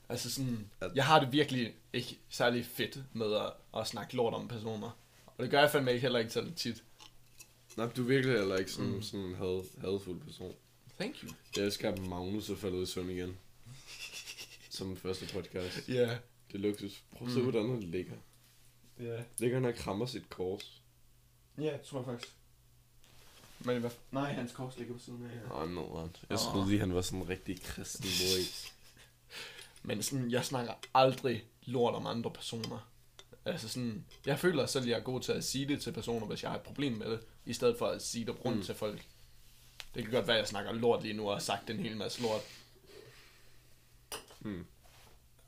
D: Altså sådan, jeg har det virkelig ikke særlig fedt med at, at snakke lort om personer. Og det gør jeg fandme ikke heller ikke særlig tit.
C: Nej, du er virkelig heller ikke sådan, mm. sådan en had, hadfuld person.
D: Thank you.
C: Jeg elsker, at Magnus er faldet i søvn igen. Som den første podcast.
D: Ja. Yeah.
C: Det er luksus. Prøv at se, hvordan han ligger.
D: Ja. Yeah.
C: Ligger han og krammer sit kors.
D: Ja, det tror jeg faktisk. Men i hvert fald... Nej, hans kors ligger på siden af.
C: Åh, oh, Jeg troede lige, han var sådan en rigtig kristen boy.
D: Men sådan, jeg snakker aldrig lort om andre personer. Altså sådan, jeg føler selv, jeg er god til at sige det til personer, hvis jeg har et problem med det, i stedet for at sige det rundt mm. til folk. Det kan godt være, at jeg snakker lort lige nu og har sagt en hel masse lort.
C: Mm.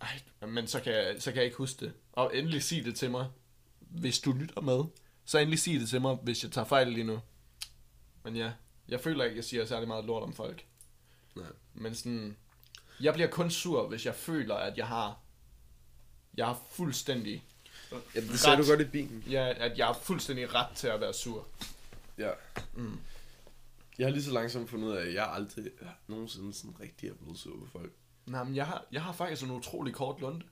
D: Ej, men så kan, jeg, så kan jeg ikke huske det. Og endelig sig det til mig, hvis du lytter med. Så endelig sig det til mig, hvis jeg tager fejl lige nu. Men ja, jeg føler ikke, jeg siger særlig meget lort om folk.
C: Nej.
D: Men sådan, jeg bliver kun sur, hvis jeg føler, at jeg har, jeg har fuldstændig,
C: Ja, det
D: sagde
C: sagde
D: du
C: du godt i bilen.
D: ja, at jeg har fuldstændig ret til at være sur.
C: Ja. Mm. Jeg har lige så langsomt fundet ud af, at jeg aldrig nogensinde sådan rigtig er blevet sur på folk.
D: Nej, men jeg har, jeg har faktisk en utrolig kort lunde.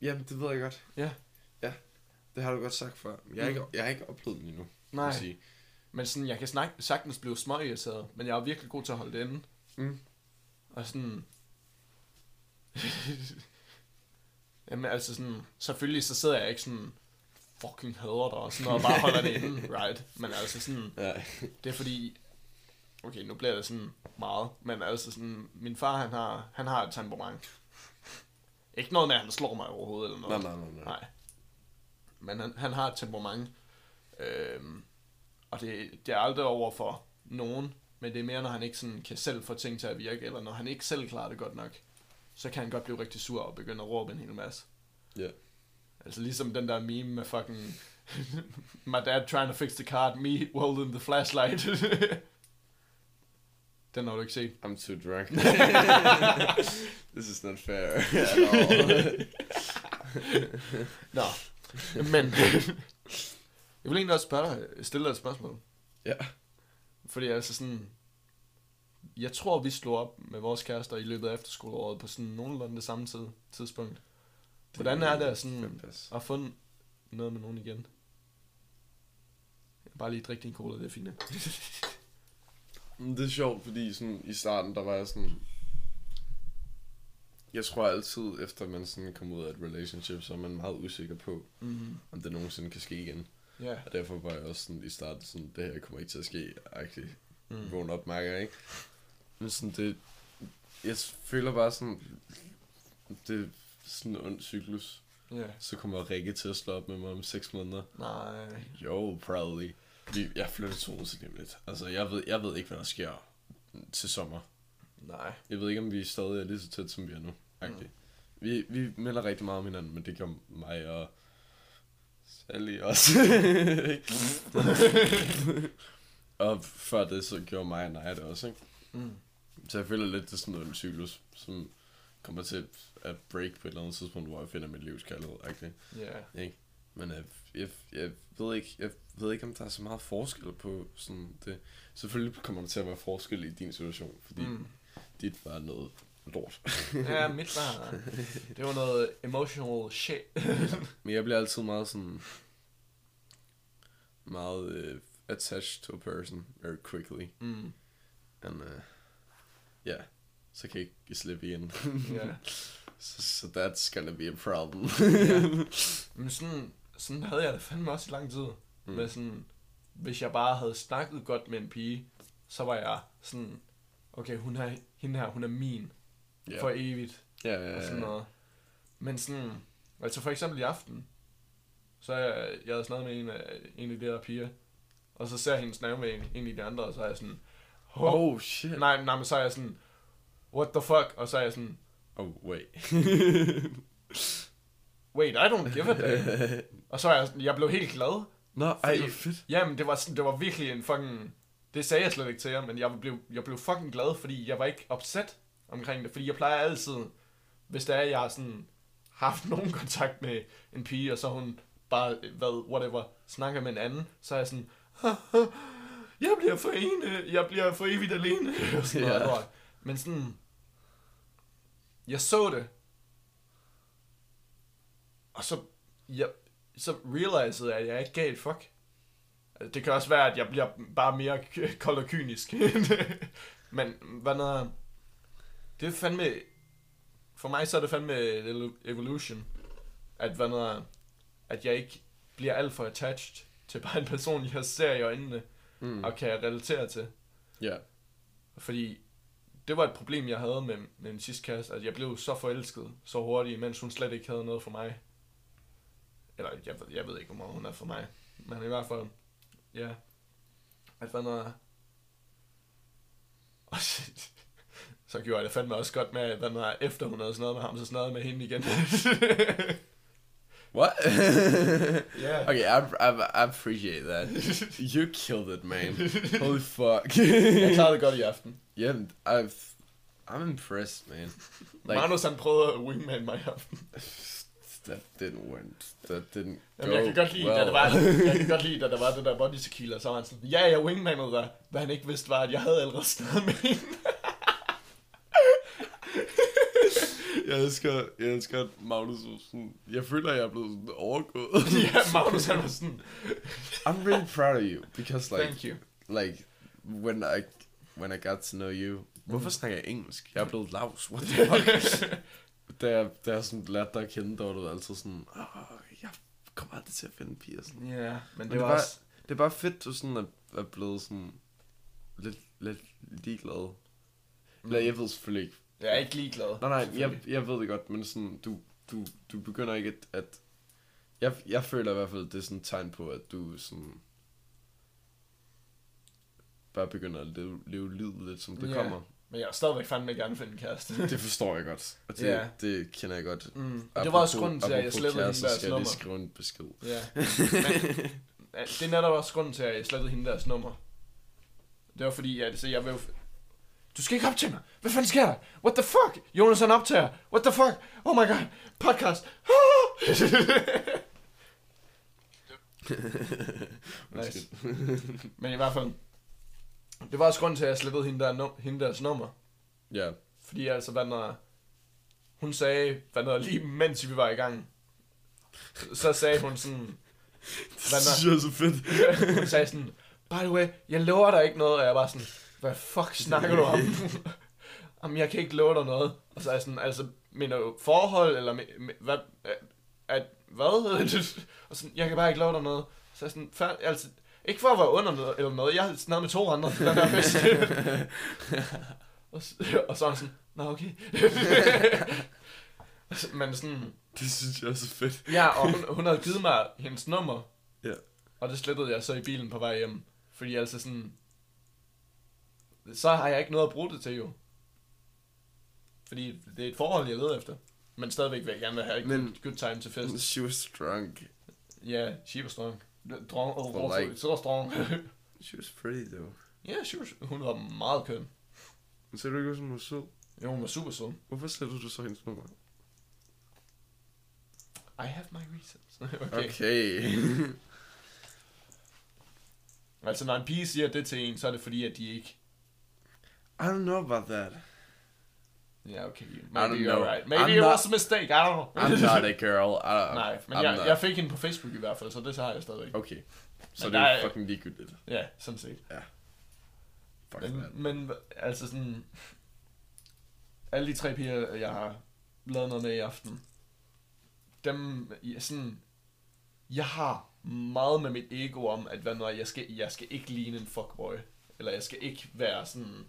C: Jamen, det ved jeg godt.
D: Ja.
C: Ja, det har du godt sagt før. Men Jeg har ikke, jeg har ikke oplevet den endnu. vil jeg
D: Nej.
C: Sige.
D: Men sådan, jeg kan snak, sagtens blive småirriteret, men jeg er virkelig god til at holde det inde.
C: Mm.
D: Og sådan... Jamen altså sådan, selvfølgelig så sidder jeg ikke sådan, fucking hader dig og sådan noget, og bare holder det inde, right? Men altså sådan,
C: Ja.
D: Det er fordi, okay, nu bliver det sådan meget, men altså sådan, min far, han har, han har et temperament. Ikke noget med, at han slår mig overhovedet eller noget.
C: Nej, nej, nej, nej.
D: nej. Men han, han har et temperament, øhm, og det, det er aldrig over for nogen, men det er mere, når han ikke sådan kan selv få ting til at virke, eller når han ikke selv klarer det godt nok, så kan han godt blive rigtig sur og begynde at råbe en hel masse.
C: Ja.
D: Altså ligesom den der meme med fucking... My dad trying to fix the car, me holding the flashlight. den har du ikke set.
C: I'm too drunk. This is not fair at all.
D: Nå. Men... jeg vil egentlig også spørge dig, stille dig et spørgsmål.
C: ja.
D: Fordi altså sådan... Jeg tror, vi slog op med vores kærester i løbet af efterskoleåret på sådan nogenlunde det samme tid, tidspunkt. Hvordan er det at sådan
C: Fandtes.
D: at få noget med nogen igen? Jeg vil Bare lige drikke din cola, det er fint.
C: Men Det er sjovt, fordi sådan, i starten, der var jeg sådan... Jeg tror altid, efter man sådan kom ud af et relationship, så er man meget usikker på,
D: Mm-hmm.
C: om det nogensinde kan ske igen.
D: Ja.
C: Og derfor var jeg også sådan i starten sådan, det her kommer ikke til at ske, agtigt.
D: Mm.
C: Mm. Vågn op, makker, ikke? Men sådan det, jeg føler bare sådan, det er sådan en ond cyklus.
D: Ja.
C: Så kommer Rikke til at slå op med mig om 6 måneder.
D: Nej.
C: Jo, probably. Fordi jeg flytter til Odense lige om lidt. Altså, jeg ved, jeg ved ikke, hvad der sker til sommer.
D: Nej.
C: Jeg ved ikke, om vi stadig er lige så tæt, som vi er nu. Mm. Vi, vi melder rigtig meget om hinanden, men det gør mig og Sally også. og før det, så gjorde mig og Naja det også, ikke?
D: Mm.
C: Så jeg føler lidt, det er sådan en cyklus, som kommer til at break på et eller andet tidspunkt, hvor jeg finder mit livs kærlighed, agtigt.
D: Ja.
C: Ikke? Men jeg, jeg, jeg, ved ikke, jeg ved ikke, om der er så meget forskel på sådan det. Selvfølgelig kommer der til at være forskel i din situation, fordi
D: Mm.
C: mm. dit var noget lort.
D: Ja, mit var... Det var noget emotional shit.
C: Men jeg bliver altid meget sådan, øh, meget uh, attached to a person very quickly.
D: Mm.
C: Men øh, ja, så kan jeg ikke slippe igen.
D: Ja.
C: så, så that's gonna be a problem.
D: Men sådan, sådan havde jeg det fandme også i lang tid. Mm. Men sådan, hvis jeg bare havde snakket godt med en pige, så var jeg sådan, okay, hun er, hende her, hun er min
C: Ja.
D: yeah. for evigt.
C: ja, ja,
D: Og sådan
C: ja.
D: noget. Men sådan, altså for eksempel i aften, så er jeg, jeg havde snakket med en af, en af de der piger, og så ser jeg hende snakke med en, en af de andre, og så er jeg sådan, oh,
C: Oh shit.
D: nej, nej, men så er jeg sådan, what the fuck, og så er jeg sådan,
C: Oh wait.
D: wait, I don't give a damn. og så er jeg sådan, jeg blev helt glad,
C: Nå, ej,
D: Fordi-
C: fedt.
D: Jamen, det var, sådan- det var virkelig en fucking... Det sagde jeg slet ikke til jer, men jeg blev, jeg blev fucking glad, fordi jeg var ikke opsat omkring det. Fordi jeg plejer altid, hvis der er, jeg har sådan haft nogen kontakt med en pige, og så har hun bare, øh, hvad, whatever, snakker med en anden, så er jeg sådan, jeg bliver for ene, jeg bliver for evigt alene, og sådan noget.
C: Ja.
D: lort. Men sådan, jeg så det, og så, jeg, så realizede jeg, at jeg ikke gav et fuck. Altså, Det kan også være, at jeg bliver bare mere k- kold og kynisk. Men hvad noget... Det er fandme... For mig så er det fandme evolu- evolution. At hvad noget... At jeg ikke bliver alt for attached til bare en person, jeg ser i øjnene. Mm. Og kan jeg relatere til.
C: Ja.
D: Fordi det var et problem, jeg havde med, med min sidste kæreste. At jeg blev så forelsket så hurtigt, mens hun slet ikke havde noget for mig. Eller jeg, ved- jeg ved ikke, hvor meget hun er for mig. Men i hvert fald, ja. At hvad noget... Og så- så gjorde jeg det fandme også godt med, at hvad noget, efter hun havde snakket med ham, så snakkede jeg med hende igen.
C: What?
D: Ja.
C: Okay, I, I, I appreciate that. You killed it, man. Holy fuck.
D: Jeg klarede det godt i aften.
C: yeah, I've, I'm impressed, man.
D: Like, Magnus han prøvede at wingman mig i aften.
C: That didn't work. That didn't
D: Jamen, jeg kan godt lide, well. da det var, jeg kan godt lide, da der var det der body tequila, så var han sådan, ja, jeg wingmanede dig. Hvad han ikke vidste var, at jeg havde allerede snakket med hende.
C: jeg elsker, jeg elsker at Magnus var sådan, jeg føler, at jeg er blevet sådan overgået.
D: ja, Magnus han var sådan,
C: I'm really proud of you, because like,
D: Thank you.
C: like, when I, when I got to know you, hvorfor snakker jeg engelsk? Jeg er blevet lavs, what the fuck? da, jeg, da jeg sådan lærte dig at kende, der var du altid sådan, oh, jeg kommer aldrig til at finde piger sådan.
D: ja, yeah, men
C: Men
D: det var også,
C: det er bare fedt, du sådan er, er blevet sådan lidt, lidt ligeglad. Eller jeg ved selvfølgelig ikke.
D: Mm. jeg er ikke ligeglad.
C: Nej, nej, jeg, jeg ved det godt, men sådan, du, du, du begynder ikke at... at jeg, jeg føler i hvert fald, det er sådan et tegn på, at du sådan... Bare begynder at leve, leve livet lidt, som det
D: Ja.
C: yeah. kommer.
D: Men jeg vil stadigvæk fandme gerne finde en kæreste.
C: Det forstår jeg godt. Og det,
D: Ja.
C: yeah. det kender jeg godt.
D: Mm. Og det var også grunden til, at jeg
C: apropos
D: slettede hende
C: kærester,
D: deres
C: skal jeg lige
D: nummer.
C: skrive en besked.
D: Ja. Men, det er netop også grunden til, at jeg slettede hende deres nummer. Det var fordi, at så jeg vil... Du skal ikke op til mig! Hvad fanden sker der? What the fuck? Jonas han optager! What the fuck? Oh my god! Podcast! Ah! nice. Men i hvert fald... Det var også grunden til, at jeg slettede hende, der, num- hende deres nummer.
C: Ja.
D: Fordi altså, hvad når... Hun sagde, hvad når lige mens vi var i gang. Så sagde hun sådan... Hvad når,
C: Det er så fedt.
D: hun sagde sådan, by the way, jeg lover dig ikke noget, og jeg var sådan, hvad fuck snakker du om? Jamen, jeg kan ikke love dig noget. Og så er jeg sådan, altså, mener du forhold, eller me- me- hvad, at, at, hvad? og sådan, jeg kan bare ikke love dig noget. Så er jeg sådan, "Fair- altså, ikke for at være under noget, eller noget, jeg har snakket med to andre, til den der fest. og, så, og så er han sådan, nå okay. Men sådan,
C: Det synes jeg er så fedt.
D: Ja, og hun, hun havde givet mig hendes nummer.
C: Ja.
D: Og det slettede jeg så i bilen på vej hjem. Fordi altså sådan... Så har jeg ikke noget at bruge det til jo. Fordi det er et forhold, jeg leder efter. Men stadigvæk vil jeg gerne have
C: Men-
D: Men, good, good time til fest.
C: She was drunk.
D: Ja, she was strong. Drong, oh,
C: Well,
D: like.
C: like-
D: Så strong.
C: She was pretty, though.
D: Ja, yeah, she was, hun var meget køn.
C: Så du ikke, også, hun var sød?
D: Jo, hun var super sød.
C: Hvorfor slettede du så hendes nummer?
D: I have my reasons. okay.
C: Okay.
D: okay.
C: okay.
D: Altså, når en pige siger det til en, så er det fordi, at de ikke...
C: I don't know about that.
D: Ja, yeah, okay. Maybe
C: don't
D: you're
C: know.
D: right. Maybe
C: I'm
D: it
C: not-
D: was a mistake. I don't know.
C: I'm not a girl. I don't,
D: Nej, men
C: I'm
D: jeg,
C: not.
D: jeg fik hende på Facebook i hvert fald, så det har jeg stadigvæk.
C: Okay. Så
D: Men der
C: det er
D: er-
C: fucking ligegyldigt.
D: Ja, sådan set.
C: Fuck,
D: Men,
C: mand.
D: men altså sådan... Alle de tre piger, jeg har lavet noget med i aften, dem, jeg, sådan, jeg har meget med mit ego om, at hvad når jeg skal, jeg skal ikke ligne en fuckboy. Eller jeg skal ikke være sådan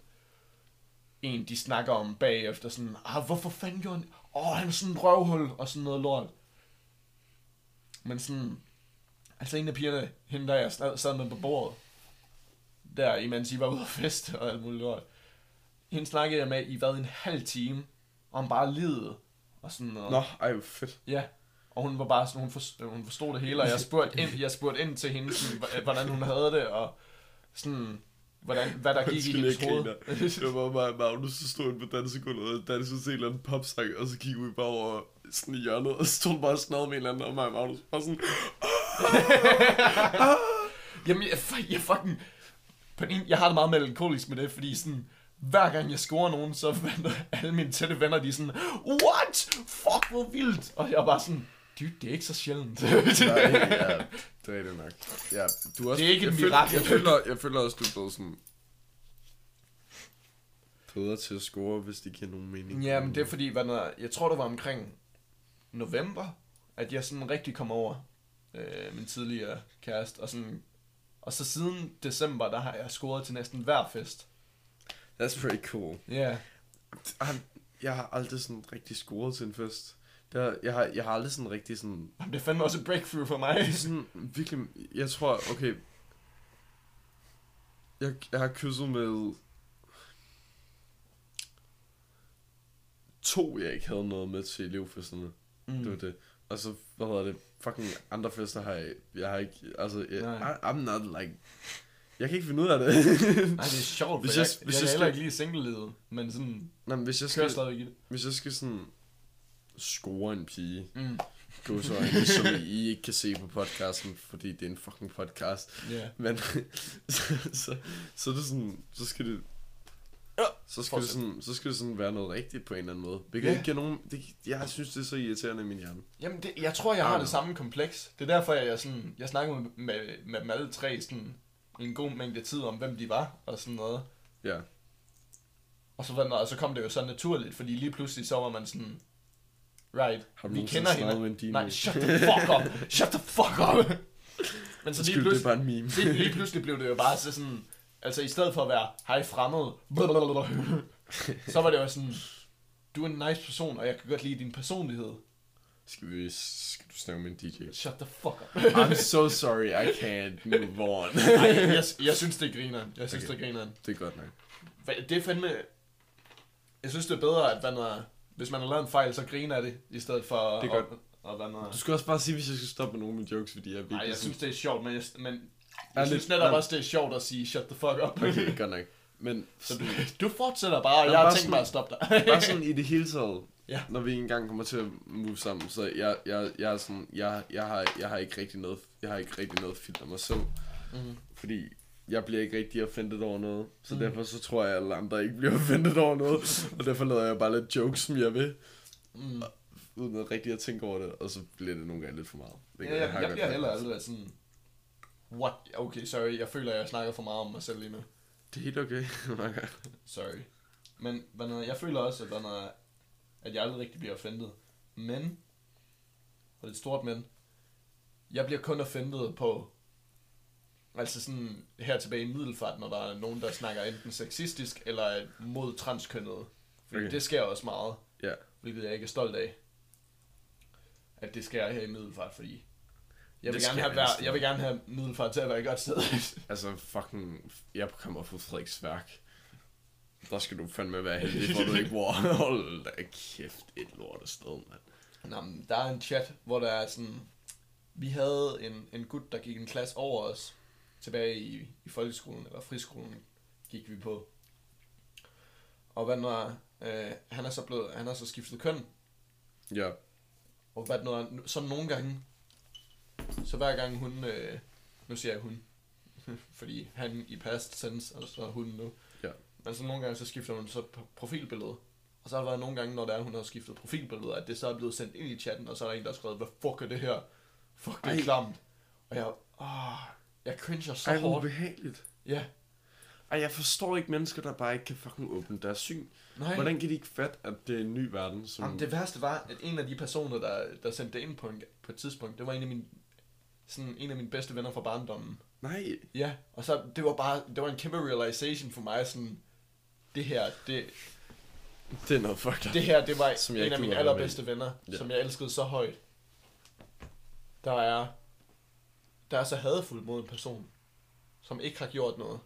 D: en, de snakker om bagefter, sådan, ah, hvorfor fanden gjorde han, åh, oh, han er sådan en røvhul, og sådan noget lort. Men sådan, altså en af pigerne, hende der jeg sad sad med på bordet, der imens I var ude at feste og alt muligt lort. Hende snakkede jeg med i hvad, en halv time, om bare livet og sådan noget.
C: Nå, ej, hvor fedt.
D: Ja, og hun var bare sådan, hun, for, hun forstod det hele, og jeg spurgte ind, jeg spurgte ind til hende, sådan, hva- hvordan hun havde det, og sådan, hvordan, hvad der gik i
C: Undskyld,
D: hendes
C: jeg
D: hoved.
C: griner. Det var bare mig og Magnus, så stod inde på dansegulvet og dansede til en eller anden popsang, og så gik vi bare over sådan i hjørnet, og så stod han bare og snadede med en eller anden, og mig og Magnus bare sådan,
D: Jamen, jeg, fu- jeg fucking... På den ene, jeg har det meget melankolisk med det, fordi sådan... Hver gang jeg scorer nogen, så venter alle mine tætte venner, de er sådan... What? Fuck, hvor vildt! Og jeg er bare sådan... Dude, det er ikke så sjældent.
C: Nej, ja, det er det nok. Ja, du er også,
D: Det er ikke
C: jeg
D: et
C: føler,
D: mirakel.
C: jeg føler, jeg føler også, du er blevet sådan... Bedre til at score, hvis det giver nogen mening.
D: Jamen, det er fordi, hvad der, jeg tror, det var omkring november, at jeg sådan rigtig kom over øh, min tidligere kæreste. Og, sådan, og så siden december, der har jeg scoret til næsten hver fest.
C: That's pretty cool.
D: Ja. Yeah.
C: Ej, Jeg har aldrig sådan rigtig scoret til en fest. Der, jeg, har, jeg har aldrig sådan rigtig sådan...
D: Det er fandme også et breakthrough for mig.
C: Det er sådan virkelig... Jeg tror, okay... Jeg, jeg har kysset med... To, jeg ikke havde noget med til elevfesterne. Mm. Det var det. Og så, hvad hedder det, fucking andre fester har jeg, jeg har ikke, altså, jeg,
D: Nej.
C: I, I'm not like, jeg kan ikke finde ud af det.
D: Nej, det er sjovt,
C: Hvis
D: hvis
C: jeg-
D: jeg,
C: hvis
D: jeg,
C: jeg
D: jeg,
C: skal-
D: heller ikke lige single-livet, men sådan,
C: Nå, men hvis jeg
D: jeg kører
C: skal,
D: stadigvæk i det.
C: hvis jeg skal sådan score en pige,
D: Mm.
C: gå så øjne, som I ikke kan se på podcasten, fordi det er en fucking podcast.
D: Ja.
C: Men så, så, så, er det sådan, så skal det, så skal det
D: fortsæt.
C: sådan, så skal det sådan være noget rigtigt på en eller anden måde. Hvilket
D: Ja.
C: ikke giver nogen, det, jeg synes, det er så irriterende i min hjerne.
D: Jamen, det, jeg tror, jeg har det samme kompleks. Det er derfor, at jeg, sådan, jeg snakkede med, med, med dem alle tre sådan, en god mængde tid om, hvem de var og sådan noget.
C: Ja.
D: Og så, var- og så kom det jo så naturligt, fordi lige pludselig så var man sådan, right,
C: Har du
D: vi
C: nogensinde
D: kender
C: snakket med en
D: hende.
C: dino?
D: Nej, shut the fuck up, shut the fuck up. Men så lige
C: Skyld, det er
D: pludselig,
C: bare en meme.
D: lige, lige pludselig blev det jo bare så sådan, altså i stedet for at være, hej fremmed, blablabla, så var det jo sådan, du er en nice person, og jeg kan godt lide din personlighed.
C: Skal, vi, skal du snakke med en DJ?
D: Shut the fuck up.
C: I'm so sorry, I can't move on.
D: Ej, jeg, jeg synes, det er grineren. Jeg synes,
C: Okay.
D: okay. det er grineren.
C: det er godt nok.
D: Hva- Det er fandme... Jeg synes, det er bedre, at man er, hvis man har lavet en fejl, så griner af det, i stedet for
C: Det er
D: at, at, at, at,
C: Du skal også bare sige, hvis jeg skal stoppe med nogle af mine jokes, fordi jeg er virkelig
D: Nej, jeg
C: sådan-
D: synes, det er sjovt, men jeg, men
C: Er
D: jeg synes
C: lidt-
D: netop
C: nej.
D: også, det er sjovt at sige, shut the fuck up.
C: Okay, godt nok. Men
D: Så du, du fortsætter bare, og
C: Nå,
D: jeg har
C: bare
D: tænkt
C: sådan-
D: mig at stoppe dig.
C: bare sådan i det hele taget,
D: Ja.
C: når vi engang kommer til at move sammen, så jeg, jeg, jeg er sådan, jeg, jeg, har, jeg har ikke rigtig noget, jeg har ikke rigtig noget filter mig selv,
D: Mhm.
C: mm. fordi jeg bliver ikke rigtig offended over noget, så mm. derfor så tror jeg, at alle andre ikke bliver offended over noget, og derfor lader jeg bare lidt jokes, som jeg vil,
D: Mhm.
C: mm. uden at rigtig at tænke over det, og så bliver det nogle gange lidt for meget. Det
D: ja, jeg, jeg bliver heller aldrig sådan... What? Okay, sorry, jeg føler, jeg snakker for meget om mig selv lige nu.
C: Det er helt okay. okay.
D: Sorry. Men hvad noget, jeg føler også, at, hvad noget, at jeg aldrig rigtig bliver offended. Men, og det er et stort men, jeg bliver kun offended på, altså sådan her tilbage i middelfart, når der er nogen, der snakker enten sexistisk eller mod transkønnede. Fordi
C: Okay.
D: okay. det sker også meget,
C: Ja.
D: hvilket jeg ikke er stolt af. At det sker her i middelfart, fordi jeg
C: Det
D: vil,
C: sker
D: gerne have,
C: alle
D: vær-
C: steder.
D: jeg vil gerne have middelfart til at være et godt sted.
C: Altså, fucking... Jeg kommer fra Frederiksværk. Der skal du fandme være heldig, hvor du ikke bor. Hold da kæft, et lort sted, mand.
D: Nå, men der er en chat, hvor der er sådan... Vi havde en, en gut, der gik en klasse over os tilbage i, i folkeskolen, eller friskolen, gik vi på. Og hvad når, øh, han er så blevet, han har så skiftet køn,
C: Ja.
D: og hvad når, så nogle gange, så hver gang hun, øh, nu siger jeg hun, fordi han i past sense, og så hun nu,
C: Ja.
D: men så nogle gange, så skifter hun så p- profilbillede. Og så har der været nogle gange, når det er, hun har skiftet profilbillede, at det så er blevet sendt ind i chatten, og så er der en, der har skrevet, hvad fuck er det her? Fuck, det
C: Ej.
D: er klamt. Og jeg, åh, jeg cringer så
C: Ej,
D: Ej,
C: hvor
D: hårdt.
C: ubehageligt.
D: Ja.
C: Ej, jeg forstår ikke mennesker, der bare ikke kan fucking åbne deres syn.
D: Nej.
C: Hvordan kan de ikke fatte, at det er en ny verden? Som...
D: Jamen, det værste var, at en af de personer, der, der sendte det ind på, en, på et tidspunkt, det var en af mine, sådan en af mine bedste venner fra barndommen.
C: Nej,
D: Ja, og så det var bare, det var en kæmpe realization for mig, sådan, det her, det,
C: det er noget fucked up.
D: det her, det var
C: Som
D: som
C: jeg
D: en
C: ikke
D: af mine
C: gider være med i.
D: allerbedste venner,
C: Ja.
D: ja. som jeg elskede så højt. Der er, der er så hadfuld mod en person, som ikke har gjort noget.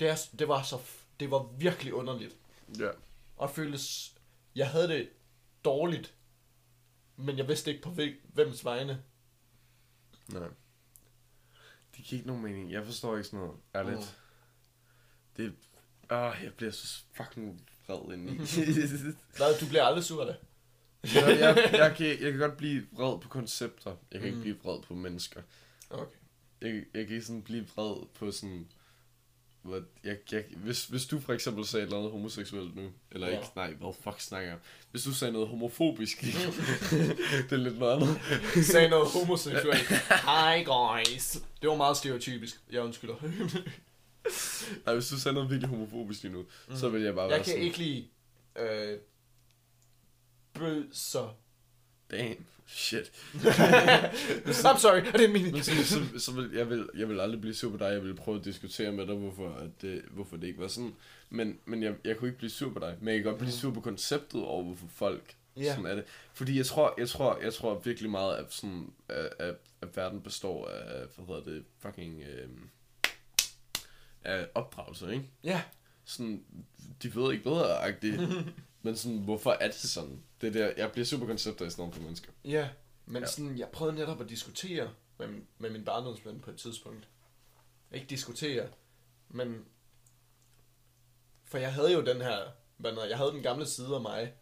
D: Det, er, det var så, f- det var virkelig underligt.
C: Ja.
D: og føltes... Jeg havde det dårligt, men jeg vidste ikke på hvil- hvems vegne.
C: Nej. Det giver ikke nogen mening. Jeg forstår ikke sådan noget. Ærligt. Mm. Det Åh, jeg bliver så fucking vred indeni.
D: Hvad, du bliver aldrig sur af det.
C: jeg, jeg, jeg, kan, jeg kan godt blive vred på koncepter. Jeg kan
D: Mm.
C: ikke blive vred på mennesker.
D: Okay.
C: Jeg, jeg kan ikke sådan blive vred på sådan... Hvad, jeg, jeg, hvis, hvis du for eksempel sagde noget homoseksuelt nu, eller
D: Ja.
C: ikke, nej, hvad fuck snakker jeg om? Hvis du sagde noget homofobisk, det er lidt noget andet.
D: Sagde noget homoseksuelt. Hi guys. Det var meget stereotypisk. Jeg undskylder.
C: Nej, hvis du sagde noget virkelig homofobisk lige nu, mm. så vil jeg bare være
D: jeg kan
C: sådan,
D: ikke lide... Øh, bøsser.
C: damn, shit.
D: I'm sorry, I didn't mean
C: Men
D: it.
C: så, så, så vil, jeg, vil, jeg vil aldrig blive sur på dig, jeg vil prøve at diskutere med dig, hvorfor, at det, hvorfor det ikke var sådan. Men, men jeg, jeg kunne ikke blive sur på dig, men jeg kan godt blive sur på konceptet over, hvorfor folk
D: Ja.
C: sådan er det. Fordi jeg tror, jeg tror, jeg tror virkelig meget, at, sådan, at, at, at verden består af, hvad hedder det, fucking øh, af opdragelse, ikke?
D: Ja.
C: Sådan, de ved ikke bedre, -agtigt. men sådan, hvorfor er det sådan? Det der, jeg bliver super koncepter i stedet for mennesker.
D: Ja. Men sådan, jeg prøvede netop at diskutere med, med min barndomsven på et tidspunkt. Ikke diskutere, men... For jeg havde jo den her... Hvad noget, jeg havde den gamle side af mig,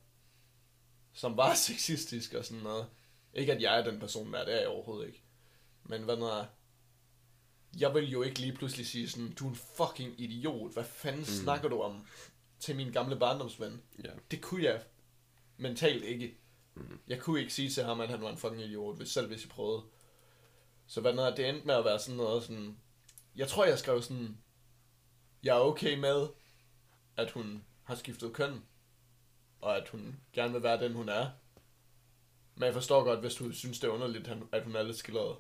D: som var sexistisk og sådan noget. Ikke at jeg er den person, der er, det er jeg overhovedet ikke. Men hvad noget, jeg vil jo ikke lige pludselig sige sådan, du er en fucking idiot, hvad fanden mm. snakker du om til min gamle barndomsven?
C: Ja.
D: Det kunne jeg mentalt ikke. Mm. Jeg kunne ikke sige til ham, at han var en fucking idiot, hvis, selv hvis jeg prøvede. Så hvad noget, det endte med at være sådan noget sådan, jeg tror jeg skrev sådan, jeg er okay med, at hun har skiftet køn, og at hun gerne vil være den, hun er. Men jeg forstår godt, hvis du synes, det er underligt, han- at hun er lidt skilleret.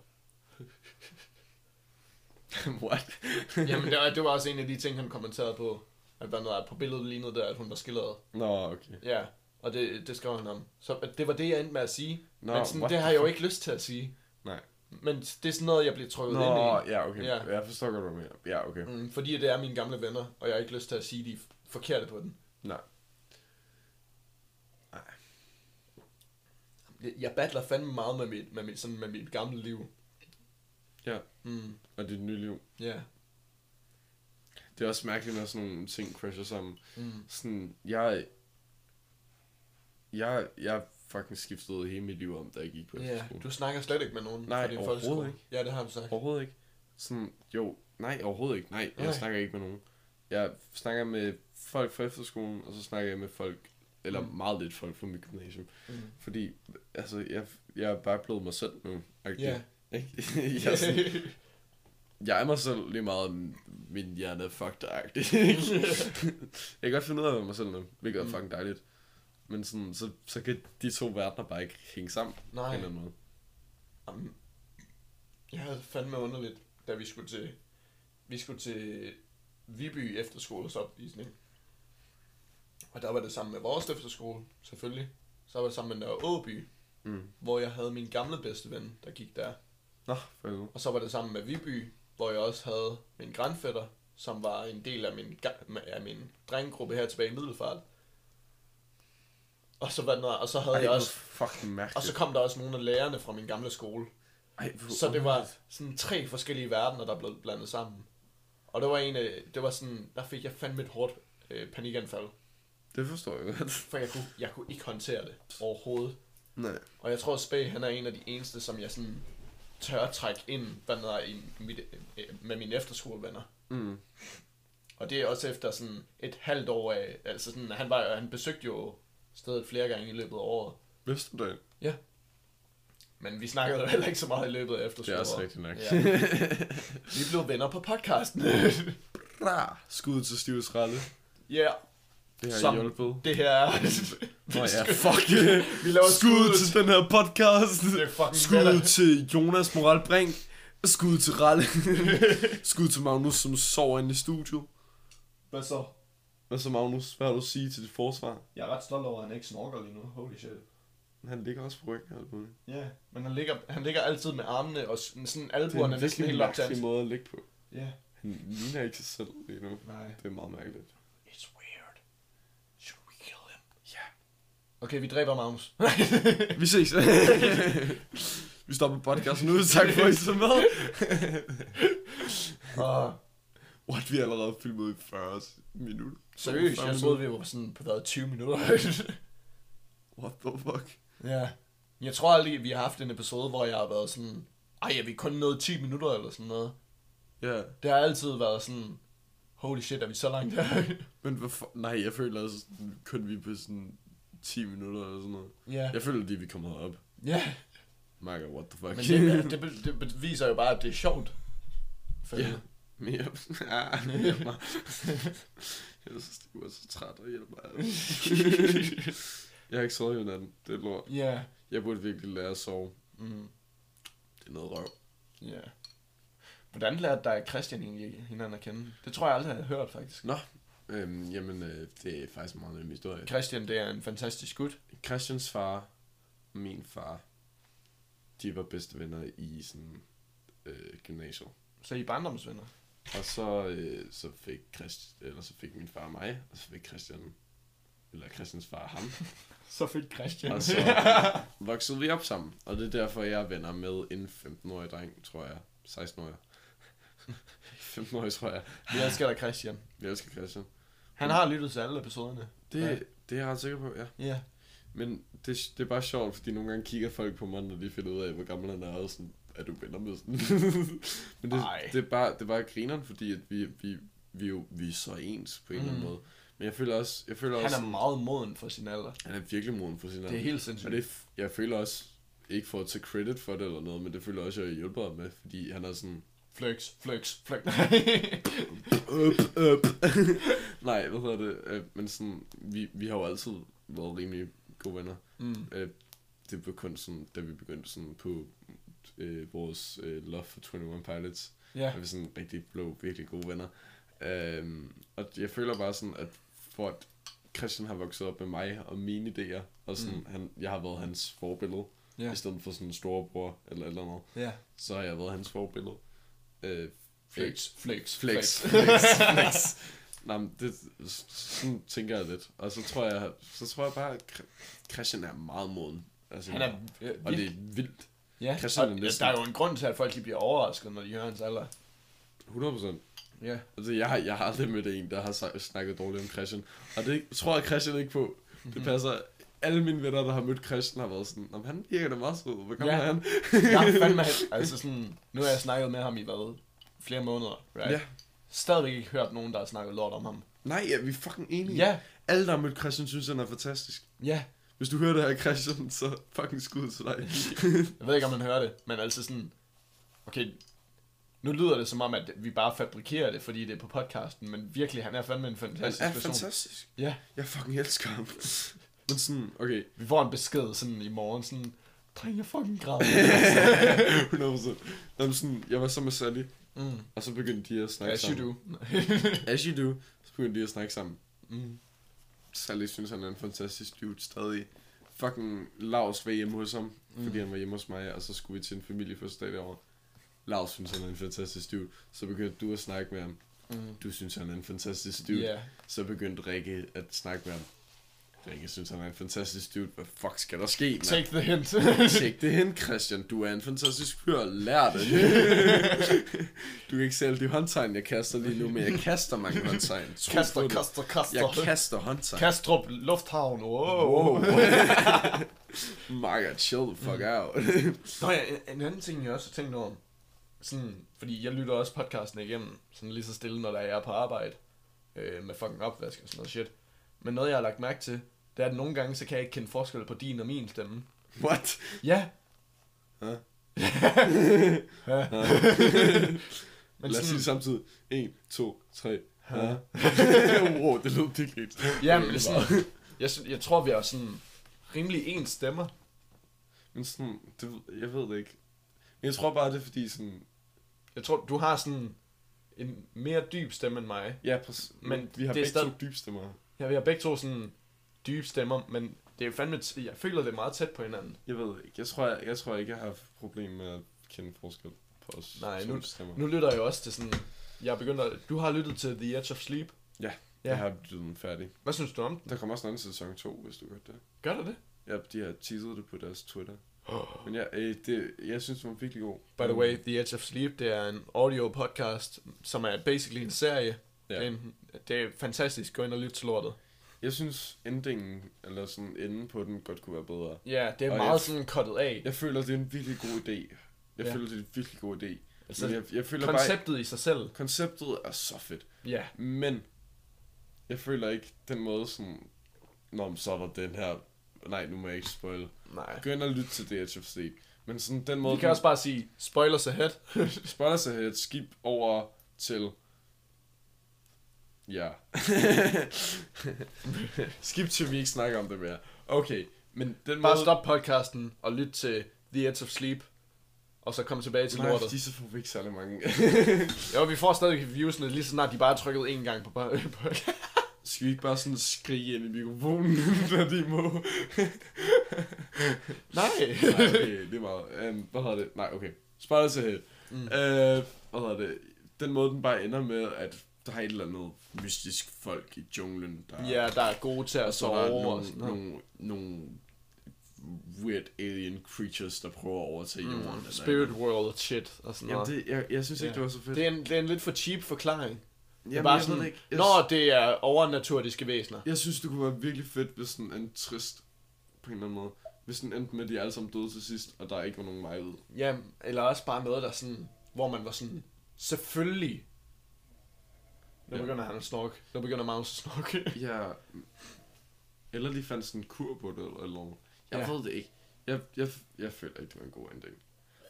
C: What?
D: Jamen, det var, det var også en af de ting, han kommenterede på. At der noget, at på billedet lignede der, at hun var skilleret.
C: Nå, okay.
D: Ja, og det, det skrev han om. Så at det var det, jeg endte med at sige.
C: Nå,
D: Nå, men sådan,
C: what
D: det
C: the
D: har jeg jo ikke lyst til at sige.
C: Nej.
D: Men det er sådan noget, jeg bliver trykket
C: Nå,
D: ind i.
C: ja, okay.
D: Ja.
C: Ja. Jeg forstår godt, hvad du mener. Ja, okay.
D: Mm, fordi det er mine gamle venner, og jeg har ikke lyst til at sige, de er forkerte på den.
C: Nej.
D: Jeg, jeg battler fandme meget med mit, med mit, sådan med mit gamle liv.
C: Ja.
D: Mm,
C: Og dit nye liv.
D: ja. Yeah.
C: Det er også mærkeligt, når sådan nogle ting crasher sammen.
D: Mm.
C: Sådan, jeg... Jeg, jeg fucking skiftede hele mit liv om, da jeg gik på
D: Ja,
C: efterskole.
D: du snakker slet ikke med nogen
C: Nej,
D: fra din
C: overhovedet
D: folkeskole.
C: ikke.
D: Ja, det har du sagt.
C: Overhovedet ikke. Sådan, jo, nej, overhovedet ikke. Nej, jeg
D: Nej.
C: snakker ikke med nogen. Jeg snakker med folk fra efterskolen, og så snakker jeg med folk, eller mm. meget lidt folk fra mit gymnasium. Mm. Fordi, altså, jeg, jeg er bare blevet mig selv nu.
D: Ja.
C: Ikke? jeg, er sådan, jeg er mig selv lige meget, mm, min hjerne er fucked agtig. jeg kan godt finde ud af at være mig selv nu, hvilket
D: Mm.
C: er fucking dejligt. Men sådan, så, så kan de to verdener bare ikke hænge sammen på
D: Nej.
C: en eller anden måde.
D: Jamen, jeg havde fandme underligt, da vi skulle til, vi skulle til Viby efterskolesopvisning. Og der var det sammen med vores efterskole, selvfølgelig. Så var det sammen med Nørre Åby,
C: Mm.
D: hvor jeg havde min gamle bedste ven, der gik der.
C: Nå, for helvede.
D: Og så var det sammen med Viby, hvor jeg også havde min grandfætter, som var en del af min, ga- af min drengegruppe her tilbage i Middelfart. Og så, var det, noget- og så havde
C: Ej,
D: Ej, jeg
C: hvor
D: også...
C: fucking mærkeligt.
D: Og så kom der også nogle af lærerne fra min gamle skole.
C: Ej, hvor
D: Så det var
C: underligt.
D: sådan tre forskellige verdener, der blev blandet sammen. Og det var en af, det var sådan, der fik jeg fandme et hårdt øh, panikanfald.
C: Det forstår jeg godt.
D: For jeg kunne, jeg kunne ikke håndtere det overhovedet.
C: Nej.
D: Og jeg tror, Spag, han er en af de eneste, som jeg sådan tør at trække ind hvad der er i mit, øh, med mine efterskolevenner.
C: Mm.
D: Og det er også efter sådan et halvt år af, altså sådan, han, var, jo- han besøgte jo stedet flere gange i løbet af året.
C: Vidste du det?
D: Ja. Men vi snakkede jo heller ikke så meget i løbet af
C: Det er
D: efterskoleåret.
C: også rigtigt nok.
D: Vi blev venner på podcasten.
C: Skud til Stiv Skralde.
D: Ja, yeah,
C: Det har
D: Som-
C: hjulpet.
D: det her er...
C: Nå ja, fuck yeah.
D: vi laver
C: Skud
D: skuddet.
C: til den her podcast.
D: Det er fucking
C: Skud
D: fedt.
C: til Jonas Moral Brink. Skud til Ralle. Skud til Magnus, som sover inde i studiet.
D: Hvad så?
C: Hvad så Magnus? Hvad har du at sige til dit forsvar?
D: Jeg er ret stolt over, at han ikke snorker lige nu. Holy shit.
C: Han ligger også på ryggen. og alt muligt.
D: Ja, yeah. men han ligger, han ligger altid med armene og sådan sådan
C: Det er
D: albuerne
C: en
D: næsten
C: virkelig
D: helt op til
C: mærkelig
D: hans.
C: måde at ligge på.
D: Ja,
C: Han ligner ikke sig selv lige nu.
D: nej.
C: Det er meget mærkeligt.
D: It's weird. Should we kill him? Ja. Yeah. Okay, vi dræber Magnus.
C: Vi ses. Vi stopper podcasten nu. Tak for at I så med.
D: og
C: What, vi har allerede filmet i 40 minutter.
D: seriøst, jeg
C: 45
D: troede, vi var sådan på hvad, 20 minutter.
C: What the fuck?
D: ja. Jeg tror aldrig, vi har haft en episode, hvor jeg har været sådan, ej, er vi kun nået 10 minutter eller sådan noget.
C: Ja, yeah.
D: Det har altid været sådan, holy shit, er vi så langt her?
C: men hvorfor? Nej, jeg føler altså, kun vi er på sådan 10 minutter eller sådan noget.
D: ja.
C: Jeg føler lige, vi kommer op.
D: Ja.
C: Marker, what the fuck?
D: Men det, det, be- det beviser jo bare, at det er sjovt. For
C: Ja. Men jeg... Ah, det hjælper mig. Jeg er så stiv og så træt, og hjælper mig. Jeg har ikke sovet i natten. Det er lort.
D: Ja.
C: Jeg burde virkelig lære at sove.
D: Mm.
C: Det er noget røv.
D: Ja. Hvordan lærte dig og Christian egentlig hinanden at kende? Det tror jeg aldrig, jeg har hørt, faktisk.
C: Nå, øhm, jamen, øh, det er faktisk en meget nem historie.
D: Christian, det er en fantastisk gut.
C: Christians far og min far, de var bedste venner i sådan øh, gymnasiet.
D: Så I er barndomsvenner.
C: Og så, øh, så, fik Christ, eller så fik min far mig, og så fik Christian, eller Christians far ham.
D: Så fik Christian.
C: Og så voksede vi op sammen. Og det er derfor, jeg er venner med en 15-årig dreng, tror jeg. 16-årig. 15-årig, tror jeg.
D: Vi elsker dig, Christian.
C: Vi elsker Christian.
D: Han har lyttet til alle episoderne.
C: Det,
D: Ja.
C: det er jeg ret sikker på, ja.
D: Ja.
C: Men det, det er bare sjovt, fordi nogle gange kigger folk på mig, når de finder ud af, hvor gammel han er, og sådan, er du venner med sådan? Men det,
D: Ej.
C: det, er bare, det er bare grineren, fordi at vi, vi, vi, er jo, vi er så ens på en eller anden
D: Mm.
C: måde. Men jeg føler også, jeg føler
D: Han
C: også,
D: er meget moden for sin alder.
C: han er virkelig moden for sin
D: Det er helt sindssygt.
C: Og det, er f- jeg føler også, ikke for at tage credit for det eller noget, men det føler jeg også, jeg hjælper ham med, fordi han er sådan,
D: Flex, flex, flex.
C: up, up. Nej, hvad hedder det? Øh, Men sådan, vi, vi har jo altid været rimelig gode venner.
D: mm.
C: Øh, det var kun sådan, da vi begyndte sådan på øh, vores øh, love for 21 Pilots,
D: Ja.
C: at vi sådan rigtig blev virkelig gode venner. Øh, og jeg føler bare sådan, at for at Christian har vokset op med mig og mine idéer, og sådan, mm. han, jeg har været hans forbillede,
D: Ja.
C: i stedet for sådan en storebror eller et eller andet,
D: Ja.
C: så har jeg været hans forbillede. Øh,
D: Flex, flex,
C: Flex. Flex. Flex. Nå, men det, sådan tænker jeg lidt. Og så tror jeg, så tror jeg bare, at Kr- Christian er meget moden. Altså,
D: Han er... Øh,
C: og det er vildt.
D: ja.
C: Christian er
D: og, ja,
C: næsten-
D: der er jo en grund til, at folk de bliver overrasket, når de hører hans alder.
C: 100%.
D: Ja.
C: Altså, jeg, har- jeg har aldrig mødt en, der har sa- snakket dårligt om Christian. Og det tror jeg Christian ikke på.
D: Mhm.
C: Det passer. Alle mine venner, der har mødt Christian, har været sådan, "Nå, men han virker da meget sød. Hvor kommer
D: Ja.
C: ja. han?
D: Jeg er fandme... Altså sådan... Nu har jeg snakket med ham i hvad? Flere måneder, right?
C: Ja.
D: Stadigvæk ikke hørt nogen, der har snakket lort om ham.
C: Nej, ja, vi er fucking enige.
D: Ja.
C: Alle, der har mødt Christian, synes, han er fantastisk.
D: Ja.
C: Hvis du hører det her, Christian, så fucking skud til dig.
D: Jeg ved ikke, om man hører det, men altså sådan... Okay, nu lyder det som om, at vi bare fabrikerer det, fordi det er på podcasten, men virkelig, han er fandme en
C: han
D: fantastisk
C: er
D: person.
C: fantastisk.
D: Ja,
C: Jeg fucking elsker ham. Men sådan, okay,
D: vi får en besked sådan i morgen, sådan... Dreng, jeg fucking græder.
C: 100%. Nå, men sådan, jeg var så med Sally,
D: mm.
C: og så begyndte de at snakke
D: As you
C: sammen.
D: do. Altså.
C: As you do. Så begyndte de at snakke sammen.
D: mm.
C: Sally synes, han er en fantastisk dude stadig. Fucking Lars var hjemme hos ham, fordi han var hjemme hos mig, og så skulle vi til en familiefødselsdag derovre. Lars synes, han er en fantastisk dude. Så begyndte du at snakke med ham.
D: Mm.
C: Du synes, han er en fantastisk dude.
D: Yeah.
C: Så begyndte Rikke at snakke med ham. Rikke synes, han er en fantastisk dude. Hvad fuck skal der ske, mand?
D: Take the hint.
C: Tjek det hen, Christian. Du er en fantastisk fyr. Lær det. du kan ikke sælge de håndtegn, jeg kaster lige nu, men jeg kaster mange håndtegn. Tro
D: kaster,
C: på det.
D: kaster, kaster.
C: Jeg kaster håndtegn.
D: Kastrup Lufthavn, wow.
C: wow. Marker, chill the
D: Mm.
C: fuck out.
D: Nå ja, en, en anden ting, jeg også har tænkt over, sådan, fordi jeg lytter også podcasten igennem, sådan lige så stille, når der er jeg er på arbejde, øh, med fucking opvask og sådan noget shit. Men noget, jeg har lagt mærke til, det er, at nogle gange, så kan jeg ikke kende forskel på din og min stemme.
C: What?
D: Ja, Men
C: Lad os sige
D: sådan,
C: det samtidig. 1, 2, 3. Ja. wow, det lød virkelig
D: ja, men sådan, jeg, sy- jeg tror, vi er sådan rimelig ens stemmer.
C: Men sådan, det, ved- jeg ved det ikke. Men jeg tror bare, det er fordi sådan...
D: Jeg tror, du har sådan en mere dyb stemme end mig.
C: Ja, præcis.
D: Men
C: vi har
D: det er
C: begge
D: stadig-
C: to dybstemmer.
D: Ja, vi har begge to sådan dybe stemmer, men det er jo fandme, t- jeg føler det er meget tæt på hinanden.
C: Jeg ved det ikke. Jeg tror, jeg, jeg tror ikke, jeg har haft problem med at kende forskel på os.
D: Nej,
C: som stemmer.
D: Nu lytter jeg jo også til sådan, jeg er begyndt at, du har lyttet til The Edge of Sleep.
C: Ja,
D: Ja.
C: jeg har lyden færdig.
D: Hvad synes du om den?
C: Der kommer også en anden sæson 2, hvis du hørte det.
D: Gør du det?
C: Ja, de har teaset det på deres Twitter. Men ja, øh, det, jeg synes, den var virkelig god.
D: By the way, The Edge of Sleep, det er en audio podcast, som er basically en serie.
C: Ja.
D: Det, er en, det er fantastisk, gå ind og lyt til lortet.
C: Jeg synes, endingen, eller sådan enden på den, godt kunne være bedre.
D: Ja, det er
C: Og
D: meget
C: jeg-
D: sådan cuttet af.
C: Jeg føler, det er en virkelig god idé. Jeg
D: Ja.
C: ja. føler, det er en virkelig god idé.
D: Altså,
C: Altså, jeg, jeg føler koncept...
D: Konceptet i sig selv.
C: bare, konceptet er så fedt.
D: Ja.
C: Men jeg føler ikke den måde sådan, Nå, men så er der den her... Nej, nu må jeg ikke spoil.
D: Nej.
C: Gå ind og lyt til The Edge of Sleep. Men sådan den måde...
D: Vi kan også bare sige, spoilers ahead.
C: Spoilers ahead, skip over til... Ja. skip til, vi ikke snakker om det mere. Okay, men den
D: bare
C: måde...
D: stop podcasten og lyt til The Edge of Sleep. Og så kom tilbage til
C: Nej,
D: lortet.
C: fordi så får vi ikke særlig mange.
D: Jo, vi får stadig viewsene lige så snart de bare er trykket en gang på podcast.
C: Skal vi ikke bare sådan skrige ind i mikrofonen, når de må?
D: Nej.
C: Nej, okay, det er meget. Um, hvad hedder det? Nej, okay. Spoilers ahead. Mm. Uh, hvad hedder det? Den måde, den bare ender med, at der er et eller andet mystisk folk i junglen, der
D: Ja, der er gode til at
C: så er der
D: sove og
C: nogle,
D: sådan noget.
C: nogle, nogle weird alien creatures, der prøver at overtage jorden. eller-
D: Mm, Spirit world shit og sådan
C: Jamen,
D: noget.
C: det, jeg, jeg synes ikke, det var så fedt.
D: Det er, en, det er en lidt for cheap forklaring. Det er
C: Jamen,
D: bare
C: jeg ved
D: sådan,
C: det ikke. Jeg-
D: når det er overnaturlige væsener.
C: Jeg synes, det kunne være virkelig fedt, hvis den endte trist på en eller anden måde. Hvis den endte med, at de alle sammen døde til sidst, og der ikke var nogen vej ud.
D: Ja, eller også bare noget, der sådan, hvor man var sådan, selvfølgelig. Nu
C: Ja.
D: begynder han at snorke. Nu begynder Magnus at snorke.
C: Ja. Eller de fandt sådan en kur på det, eller eller noget. Jeg
D: Ja.
C: ja. ved det ikke. Jeg, jeg, jeg føler ikke, det var en god ending.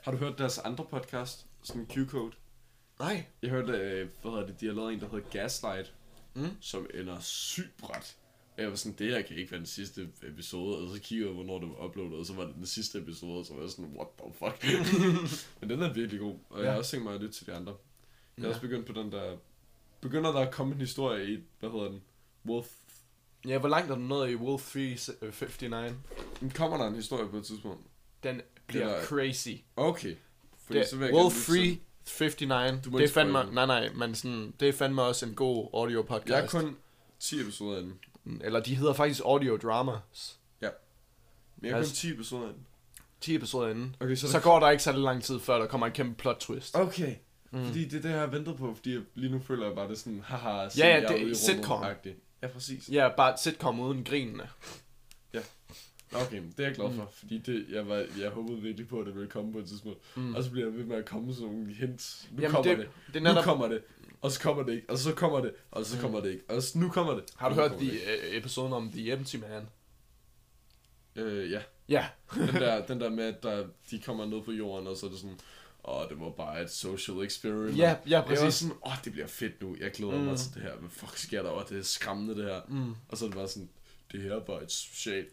C: Har du hørt deres andre podcast? Sådan en Q-code?
D: Nej.
C: Jeg hørte, øh, hvad hedder det, de har lavet en, der hedder Gaslight,
D: Mm.
C: som ender sygt bræt. Og jeg var sådan, det her kan ikke være den sidste episode, og så kigger jeg, hvornår det var uploadet, og så var det den sidste episode, og så var jeg sådan, what the fuck. Men den er virkelig god, og ja. jeg har også tænkt mig at lytte til de andre. Jeg har også begyndt på den der, begynder der at komme en historie i, hvad hedder den, Wolf.
D: Ja, hvor langt er du nået i øh, Wolf 359?
C: Den kommer der en historie på et tidspunkt.
D: Den bliver
C: er-
D: crazy.
C: Okay. Fordi
D: Det,
C: så vil jeg
D: Wolf
C: gerne lytte til
D: 359,
C: Du må
D: det er
C: ikke spoil
D: fandme,
C: den.
D: nej nej, men sådan, det er fandme også en god audio
C: den. Jeg er
D: podcast.
C: kun 10 episoder inde.
D: Eller de hedder faktisk audio dramas.
C: Men jeg er kun
D: Altså-
C: 10 episoder inde.
D: 10 episoder inden.
C: Okay, så
D: Så,
C: der-
D: så går der ikke så lang tid, før der kommer en kæmpe plot twist.
C: Okay. Mm. Fordi det er det, jeg har ventet på, fordi jeg, lige nu føler jeg bare, det er sådan, haha, se,
D: Ja, ja,
C: jeg
D: det er
C: ude i rummet
D: sitcom.
C: Ja, præcis.
D: Ja, bare sitcom uden grinene.
C: Nå, Okay, det er jeg glad for, mm. fordi det, jeg, var, jeg håbede virkelig på, at det ville komme på et tidspunkt. Mm. Og så bliver jeg ved med at komme sådan nogle hints.
D: Jamen,
C: Nu Jamen, kommer
D: det-
C: det,
D: det er
C: det
D: netop- Mm.
C: nu kommer det, og så kommer det ikke, og så kommer det, og så kommer det ikke, og så, nu kommer det.
D: Har du
C: Nu
D: hørt
C: kommer
D: de
C: det ikke.
D: øh, episoden om The Empty Man?
C: Øh, ja.
D: Ja.
C: Den der, den der med, at der, de kommer ned på jorden, og så er det sådan, åh, det var bare et social experiment.
D: Ja, ja,
C: Jeg var
D: præcis.
C: sådan, åh, det bliver fedt nu, jeg glæder mm. mig til det her, hvad fuck sker der over, det er skræmmende det her. Mm. Og så er det bare sådan, det her var et socialt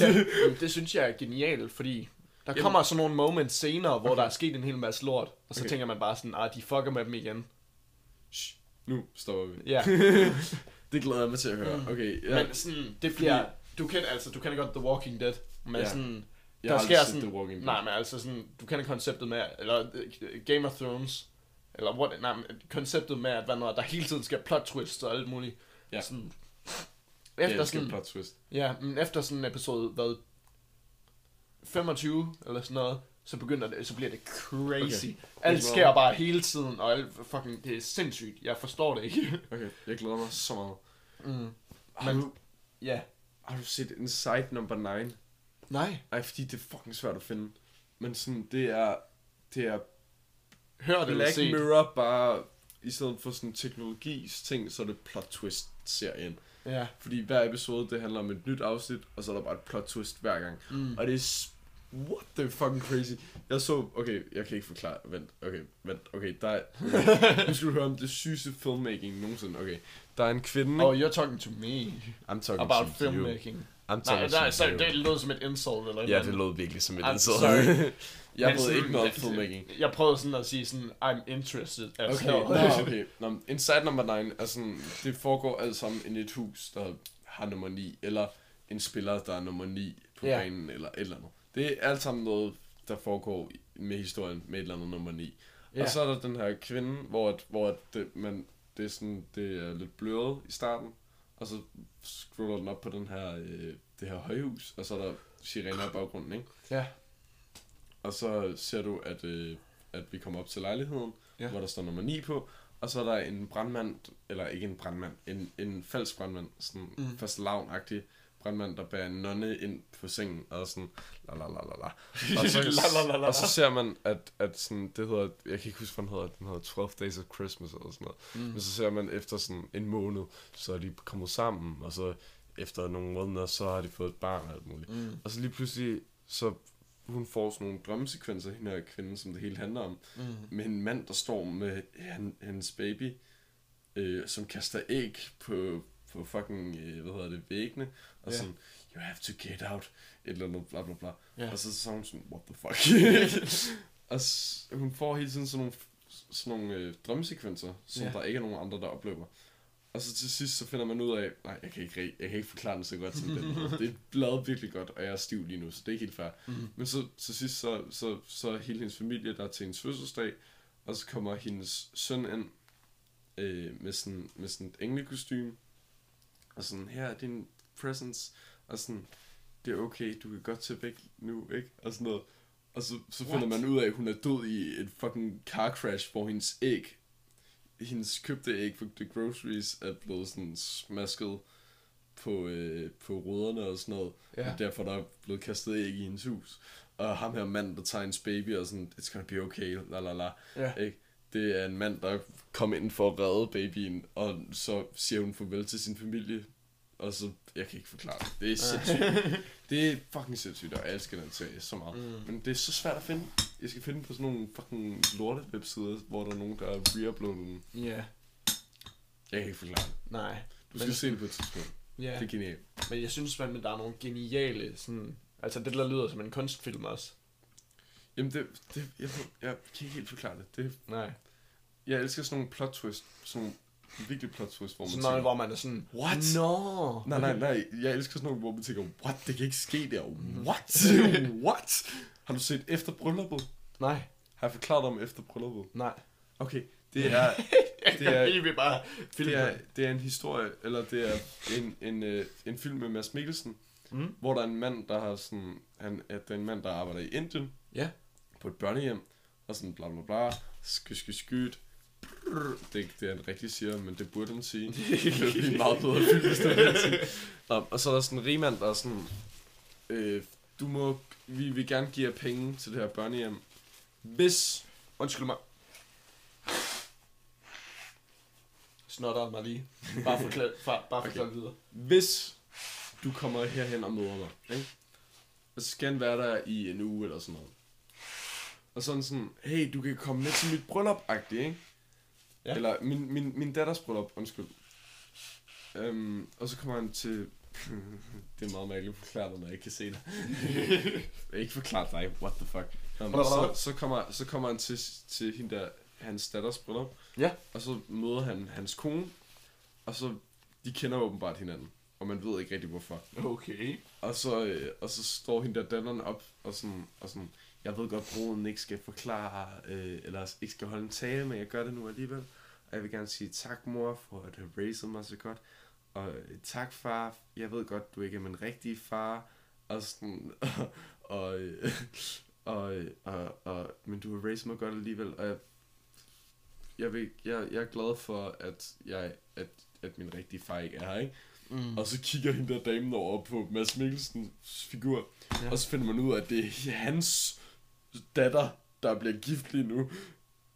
D: ja.
C: Ja.
D: Det synes jeg er genialt, fordi der kommer sådan nogle moments senere, hvor der er sket en hel masse lort. Og så
C: Okay.
D: tænker man bare sådan, ah, de fucker med dem igen.
C: Shh, nu stopper vi.
D: Ja. Mm.
C: Det glæder jeg mig til at høre. Okay, ja.
D: Men sådan, det bliver... Du kender altså, du kender godt The Walking Dead, men
C: Ja.
D: sådan...
C: Jeg
D: der
C: har
D: sker
C: aldrig set
D: sådan,
C: The Walking Dead.
D: Nej, men altså sådan, du kender konceptet med, eller øh, Game of Thrones, eller what, nej, men konceptet med, at hvad når der hele tiden skal plot twist og alt muligt.
C: Ja.
D: Sådan,
C: jeg
D: efter
C: elsker
D: sådan,
C: plot twist.
D: ja, men efter sådan en episode, hvad, 25 eller sådan noget, så begynder det, så bliver det crazy. Okay.
C: Okay.
D: Alt
C: Det var-
D: sker bare hele tiden, og alt, fucking, det er sindssygt. Jeg forstår det ikke.
C: Okay, jeg glæder mig så meget.
D: Mm.
C: Har,
D: Men-
C: du,
D: ja.
C: har du set Inside Number 9?
D: Nej.
C: Ej, fordi det er fucking svært at finde. Men sådan, det er, det er
D: Hør det,
C: Black
D: set.
C: Mirror bare, i stedet for sådan teknologis ting, så er det plot twist serien.
D: Ja.
C: Fordi hver episode, det handler om et nyt afsnit, og så er der bare et plot twist hver gang. Mm. Og det er s- What the fucking crazy? Jeg så, okay, jeg kan ikke forklare, vent, okay, vent, okay, der er, nu skal du høre om det sygeste filmmaking nogensinde, okay. Der er en kvinde,
D: Oh,
C: oh,
D: you're talking to me
C: I'm talking
D: about
C: to you.
D: filmmaking.
C: I'm
D: Nej,
C: talking
D: nej,
C: to
D: sorry,
C: you.
D: det lød som et insult eller et
C: Ja,
D: eller
C: det
D: andet.
C: lød virkelig som et
D: I'm
C: insult.
D: sorry.
C: jeg
D: Men
C: ved
D: sådan-
C: ikke noget om filmmaking.
D: Jeg prøvede sådan at sige sådan, I'm interested as
C: Okay,
D: hell.
C: nå, okay. Nå, inside number 9 er sådan, det foregår alt sammen inde i et hus, der har nummer 9, eller en spiller, der er nummer 9 på
D: Ja.
C: yeah. banen, eller et eller andet. Det er alt sammen noget, der foregår i- med historien med et eller andet nummer 9. Yeah.
D: Ja.
C: Og så er der den her kvinde, hvor, at, hvor at det, man, det, er sådan, det er lidt bløret i starten, og så scroller den op på den her, øh, det her højhus, og så er der sirener i baggrunden, ikke?
D: Ja.
C: Og så ser du, at, øh, at vi kommer op til lejligheden,
D: Ja.
C: ja. hvor der står nummer 9 på, og så er der en brandmand, eller ikke en brandmand, en, en falsk brandmand, sådan
D: Mhm.
C: mm. fast lavnagtig brandmand, der bærer en nonne ind på sengen, og er sådan, la la la la la. Og så,
D: La, la, la, la.
C: og så ser man, at, at sådan, det hedder, jeg kan ikke huske, hvad den hedder, den hedder 12 Days of Christmas eller sådan noget. Mm. Men så ser man efter sådan en måned, så er de kommet sammen, og så efter nogle måneder, så har de fået et barn og alt muligt. Mm. Og så lige pludselig, så hun får sådan nogle drømmesekvenser, hende her kvinde, som det hele handler om, mm. med en mand, der står med han, hans baby, øh, som kaster æg på, på fucking, øh, hvad hedder det, væggene, og yeah. sådan, you have to get out, et eller andet, bla bla bla.
D: Ja.
C: Og så, så er hun sådan, what the fuck? og s- hun får hele tiden sådan nogle, sådan nogle øh, drømmesekvenser, som
D: Ja.
C: yeah. der ikke er nogen andre, der oplever. Og så til sidst, så finder man ud af, nej, jeg kan ikke, rig- jeg kan ikke forklare den så godt som den. her. det er lavet virkelig godt, og jeg er stiv lige nu, så det er ikke helt fair. Mm. Men så til sidst, så, så, så er hele hendes familie der er til hendes fødselsdag, og så kommer hendes søn ind øh, med, sådan, med sådan et englekostyme, og sådan, her er din presents, og sådan, det er okay, du kan godt tage væk nu, ikke? Og sådan noget. Og så, så finder man ud af, at hun er død i et fucking car crash, hvor hendes æg hendes købte æg på The Groceries er blevet sådan smasket på, øh, på ruderne og sådan noget.
D: Ja.
C: Og derfor der er blevet kastet æg i hendes hus. Og ham her mand, der tager hendes baby og sådan, it's gonna be okay, la la la.
D: Ja.
C: Ikke? Det er en mand, der kom ind for at redde babyen, og så siger hun farvel til sin familie. Og så, jeg kan ikke forklare det. Det er sindssygt. det er fucking sindssygt, og jeg elsker den serie så meget. Mm. Men det er så svært at finde. Jeg skal finde den på sådan nogle fucking lorte websider, hvor der er nogen, der er reuploadet den.
D: Ja,
C: Jeg kan ikke forklare det.
D: nej.
C: Du skal
D: Men-
C: se det på et tidspunkt.
D: Ja.
C: Ja. Det er genialt.
D: Men jeg synes fandme, der er nogle geniale sådan... Altså det der lyder som en kunstfilm også.
C: Jamen, det, det, jeg, jeg kan ikke helt forklare det. det
D: Nej.
C: jeg elsker sådan nogle plot twist. Sådan nogle virkelig plot twist, hvor man
D: Sådan
C: tænker...
D: noget, hvor man er sådan...
C: What?
D: No.
C: Nej, nej, nej. Jeg elsker sådan nogle, hvor man tænker, what? Det kan ikke ske der. What? what? Har du set efter brylluppet?
D: Nej.
C: Har jeg forklaret dig om efter brylluppet?
D: Nej.
C: Okay, det er... det
D: Jeg
C: er
D: er helt bare
C: det er,
D: filmen.
C: det er en historie, eller det er en, en, øh, en film med Mads Mikkelsen, mm. hvor der er en mand, der har sådan, han, at der er en mand, der arbejder i Indien,
D: Ja.
C: på et børnehjem, og sådan bla bla bla, sky sky skyt. Brrr. Det er ikke det, han rigtig siger, men det burde han sige. Det er blive en meget bedre film, hvis det var det, han siger. og, og så er der sådan en rigmand, der er sådan, øh, du må, vi vil gerne give jer penge til det her børnehjem, hvis
D: Undskyld mig. Snotter mig lige. Bare forklæd, far, bare forklæd okay. videre.
C: hvis du kommer herhen og møder mig, ikke? Og så skal han være der i en uge eller sådan noget. Og sådan sådan, hey, du kan komme med til mit bryllup ikke?
D: Ja.
C: Ja. Eller min, min, min datters bryllup, undskyld. Øhm, og så kommer han til... det er meget mærkeligt at forklare dig, når jeg ikke kan se dig. Jeg har ikke forklare dig, what the fuck. Nå, men så, så, kommer, så kommer han til, til hende der, hans datters bryllup.
D: Ja.
C: Og så møder han hans kone, og så, de kender åbenbart hinanden, og man ved ikke rigtig hvorfor.
D: Okay.
C: Og så, øh, og så står hende der datteren op, og sådan, og sådan, jeg ved godt, broden ikke skal forklare, øh, eller ikke skal holde en tale, men jeg gør det nu alligevel. Og jeg vil gerne sige tak, mor, for at have raised mig så godt. Og øh, tak, far, jeg ved godt, du ikke er min rigtige far. Og sådan, og, øh, og, øh, og, og, men du har raised mig godt alligevel, og jeg jeg, vil, jeg, jeg er glad for, at, jeg, at, at min rigtige far ikke er her, ikke? Mm. Og så kigger hende der damen over på Mads Mikkelsens figur, ja. og så finder man ud af, at det er hans datter, der bliver gift lige nu,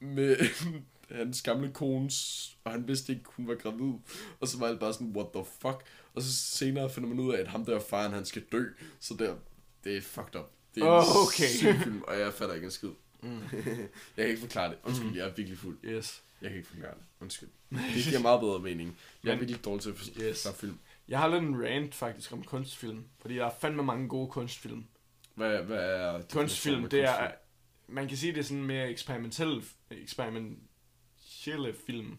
C: med hans gamle kones, og han vidste ikke, hun var gravid. Og så var alt bare sådan, what the fuck? Og så senere finder man ud af, at ham der faren, han skal dø. Så der, det er fucked up. Det er
D: Åh,
C: en
D: okay.
C: syg film, og jeg fatter ikke en skid. Mm. jeg kan ikke forklare det. Undskyld, jeg er virkelig fuld.
D: Mm. Yes.
C: Jeg kan ikke forklare det. Undskyld. Det giver meget bedre mening. Jeg er
D: Men-
C: virkelig dårlig til at forstå
D: Yes.
C: yes. film.
D: Jeg har lidt en rant faktisk om kunstfilm, fordi der er fandme mange gode kunstfilm.
C: Hvad, hvad er... definitionen af
D: Kunstfilm, det er,
C: kunstfilm?
D: man kan sige, det er sådan mere eksperimentel, eksperimentelle film.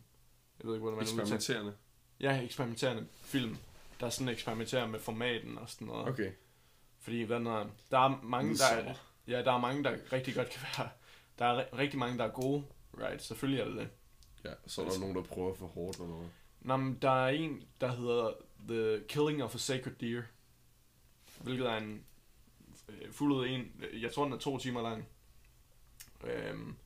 D: Jeg ved ikke, hvordan man udtaler
C: Eksperimenterende.
D: Ja, eksperimenterende film, der sådan eksperimenterer med formaten og sådan noget.
C: Okay.
D: Fordi hvad der, er- der er mange, der er,
C: Midsommer.
D: ja, der er mange, der rigtig godt kan være, der er ri- rigtig mange, der er gode, right? Selvfølgelig er det det.
C: Ja, så er der nogen, der prøver for hårdt eller noget.
D: Nå, men der er en, der hedder The Killing of a Sacred Deer, hvilket er en øh, fuldet en, jeg tror den er to timer lang, øhm,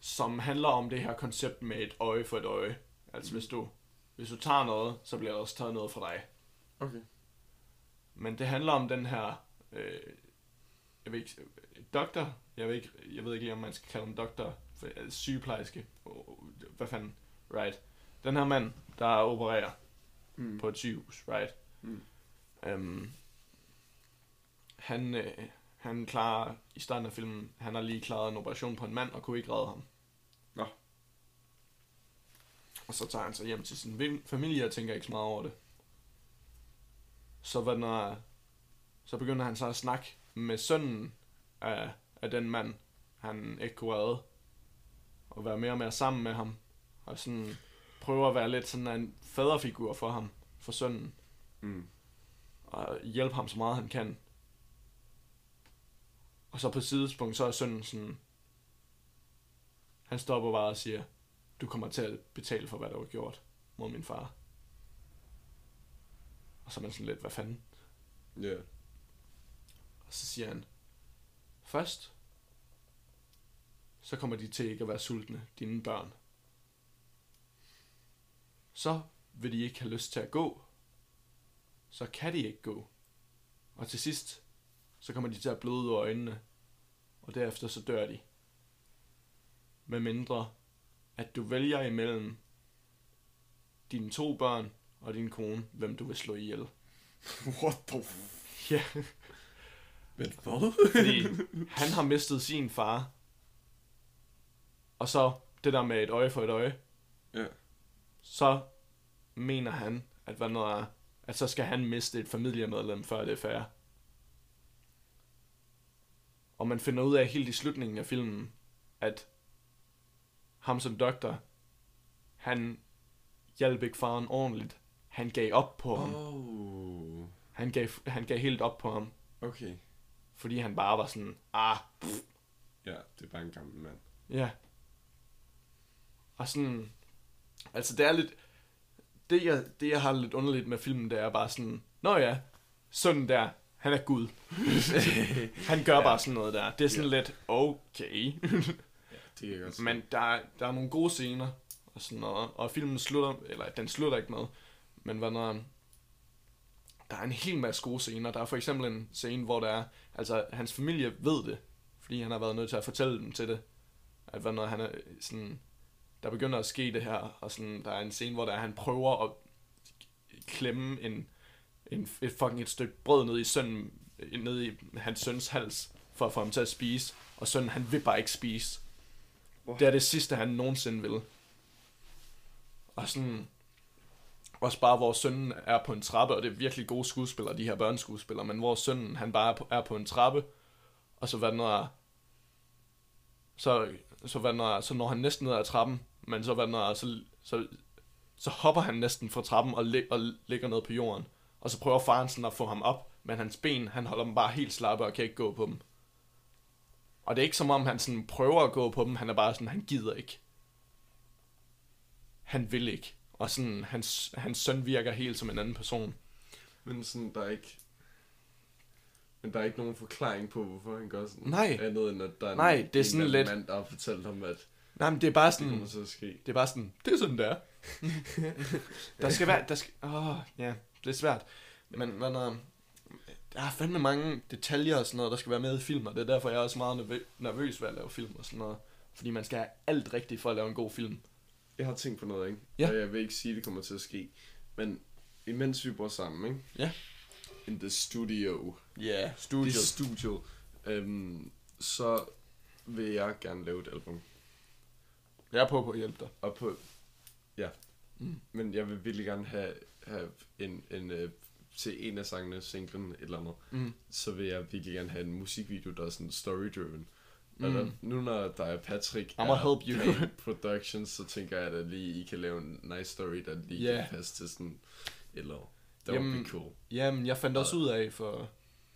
D: som handler om det her koncept med et øje for et øje. Altså hvis du, hvis du tager noget, så bliver der også taget noget fra dig.
C: Okay.
D: Men det handler om den her, øh, jeg ved ikke, øh, doktor, jeg ved ikke, jeg ved ikke om man skal kalde ham doktor, for, øh, sygeplejerske, Åh, åh, hvad fanden, right? Den her mand, der opererer mm. på et sygehus, right? Mm. Øhm, han, øh, han klarer, i starten af filmen, han har lige klaret en operation på en mand, og kunne ikke redde ham.
C: Nå.
D: Og så tager han sig hjem til sin vin- familie og tænker ikke så meget over det. Så hvad når, så begynder han så at snakke med sønnen af, af den mand, han ikke kunne redde. Og være mere og mere sammen med ham. Og sådan prøve at være lidt sådan en faderfigur for ham, for sønnen.
C: Mm.
D: Og hjælpe ham så meget han kan. Og så på et tidspunkt, så er sønnen sådan, han stopper bare og siger, du kommer til at betale for, hvad du har gjort mod min far. Og så er man sådan lidt, hvad fanden?
C: Ja. Yeah.
D: Og så siger han, først, så kommer de til ikke at være sultne, dine børn. Så vil de ikke have lyst til at gå. Så kan de ikke gå. Og til sidst, så kommer de til at bløde ud af øjnene. Og derefter så dør de. Med mindre, at du vælger imellem dine to børn og din kone, hvem du vil slå ihjel.
C: What the f-
D: Ja.
C: Men hvad?
D: Fordi han har mistet sin far. Og så det der med et øje for et øje.
C: Ja.
D: Så mener han, at, hvad noget er, at så skal han miste et familiemedlem, før det er færre. Og man finder ud af helt i slutningen af filmen, at ham som doktor, han hjalp ikke faren ordentligt. Han gav op på ham.
C: Oh.
D: Han gav, han gav helt op på ham,
C: Okay.
D: fordi han bare var sådan, ah,
C: Ja, det er bare en gammel mand.
D: Ja. Og sådan... Altså, det er lidt... Det jeg, det, jeg har lidt underligt med filmen, det er bare sådan... Nå ja, sådan der, han er Gud. han gør ja. bare sådan noget der. Det er sådan ja. lidt, okay.
C: Det kan jeg godt se.
D: Men der, er- der er nogle gode scener, og sådan noget. Og filmen slutter... Eller, den slutter ikke med. Men hvad når... Der er en hel masse gode scener. Der er for eksempel en scene, hvor der er... Altså, hans familie ved det. Fordi han har været nødt til at fortælle dem til det at hvad når han er sådan, der begynder at ske det her, og sådan, der er en scene, hvor der, er, han prøver at klemme en, en, et fucking et stykke brød ned i sønnen, ned i hans søns hals, for at få ham til at spise, og sønnen, han vil bare ikke spise.
C: Wow.
D: Det er det sidste, han nogensinde vil. Og sådan, også bare, hvor sønnen er på en trappe, og det er virkelig gode skuespillere, de her børneskuespillere, men hvor sønnen, han bare er på, er på en trappe, og så hvad den er, så, så, hvad når, så når han næsten ned ad trappen, men så, hvad når, så, så, så hopper han næsten fra trappen og, lig, og ligger ned på jorden. Og så prøver faren sådan at få ham op, men hans ben, han holder dem bare helt slappe og kan ikke gå på dem. Og det er ikke som om, han sådan prøver at gå på dem, han er bare sådan, han gider ikke. Han vil ikke. Og sådan, hans, hans søn virker helt som en anden person.
C: Men sådan, der er ikke... Men der er ikke nogen forklaring på, hvorfor han gør sådan
D: Nej.
C: andet, end at der er
D: Nej,
C: en,
D: det er sådan
C: en eller anden
D: lidt- Mm.
C: mand, der har fortalt ham, at
D: Nej, men det er bare
C: det
D: sådan...
C: kommer til at ske.
D: Det er bare sådan, det er sådan, det er. der skal være, der skal, åh, ja, det er svært. Men, men øh, der er fandme mange detaljer og sådan noget, der skal være med i film, og det er derfor, jeg er også meget nervø- nervøs ved at lave film og sådan noget. Fordi man skal have alt rigtigt for at lave en god film.
C: Jeg har tænkt på noget, ikke?
D: Ja.
C: Og jeg vil ikke sige, at det kommer til at ske. Men imens vi bor sammen, ikke?
D: Ja.
C: in the studio.
D: Ja,
C: Studio.
D: studiet.
C: Det studio. Øhm, så vil jeg gerne lave et album.
D: Jeg er på på at hjælpe dig.
C: Og på... Ja. Mm. Men jeg vil virkelig gerne have, have en, en øh, til en af sangene, singlen, et eller andet. Mm. Så vil jeg virkelig gerne have en musikvideo, der er sådan story-driven. Mm. Eller, nu når der er Patrick
D: I'mma
C: er
D: help you.
C: bag Productions, så tænker jeg, at lige, I kan lave en nice story, der lige
D: Ja.
C: yeah. kan passe til sådan et eller andet. That would
D: Jamen,
C: be cool.
D: Jamen, jeg fandt også ud af for,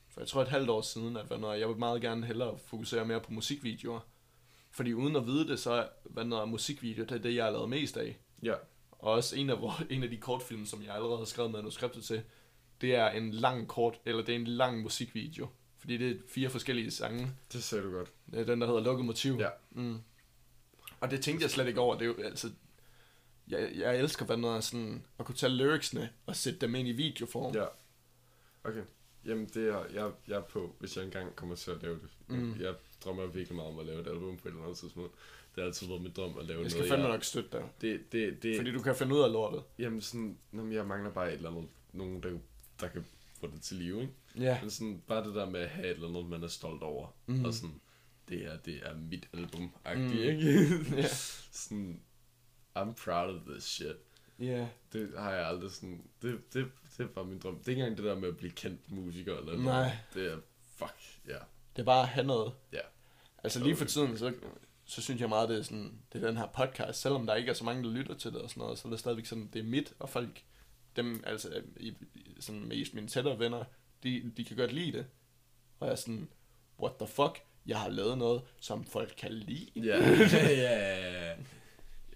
D: for jeg tror et halvt år siden, at hvad noget, jeg vil meget gerne hellere fokusere mere på musikvideoer. Fordi uden at vide det, så er hvad noget, musikvideoer, det er det, jeg har lavet mest af.
C: Ja.
D: Og også en af, vor, en af de kortfilm, som jeg allerede har skrevet manuskriptet til, det er en lang kort, eller det er en lang musikvideo. Fordi det er fire forskellige sange.
C: Det sagde du godt.
D: Det er den, der hedder Lukket Motiv.
C: Ja.
D: Mm. Og det tænkte jeg slet ikke over. Det er jo, altså, jeg, jeg elsker, hvad noget er sådan, at kunne tage lyricsene og sætte dem ind i videoform.
C: Ja. Okay. Jamen, det er, jeg, jeg er på, hvis jeg engang kommer til at lave det. Mm. Jeg drømmer virkelig meget om at lave et album på et eller andet tidspunkt. Det har altid været min drøm at lave
D: Jeg
C: noget.
D: skal fandme nok støtte dig.
C: Det, det, det,
D: Fordi
C: Fordi...
D: du kan finde ud af lortet.
C: Jamen, sådan, jamen, jeg mangler bare et eller andet. Nogen, der, der kan få det til live, ikke?
D: Ja. Mhm.
C: Men sådan, bare det der med at have et eller andet, man er stolt over. Mm. Og sådan, det her, det er mit album mm. ikke?
D: Ja.
C: Sådan, I'm proud of this shit.
D: Ja.
C: Det har jeg aldrig sådan... Det, det, det var min drøm. Det er ikke engang det der med at blive kendt musiker eller noget.
D: Nej.
C: Det er... Fuck, ja.
D: Det er bare at have noget.
C: Ja.
D: Altså lige for tiden, så, så synes jeg meget, det er, sådan, det er den her podcast. Selvom der ikke er så mange, der lytter til det og sådan noget, så er det stadigvæk sådan, det er mit, og folk, dem, altså i, i- sådan mest mine tættere venner, de, de kan godt lide det. Og jeg er sådan, what the fuck? Jeg har lavet noget, som folk kan lide.
C: Ja, ja, ja, ja.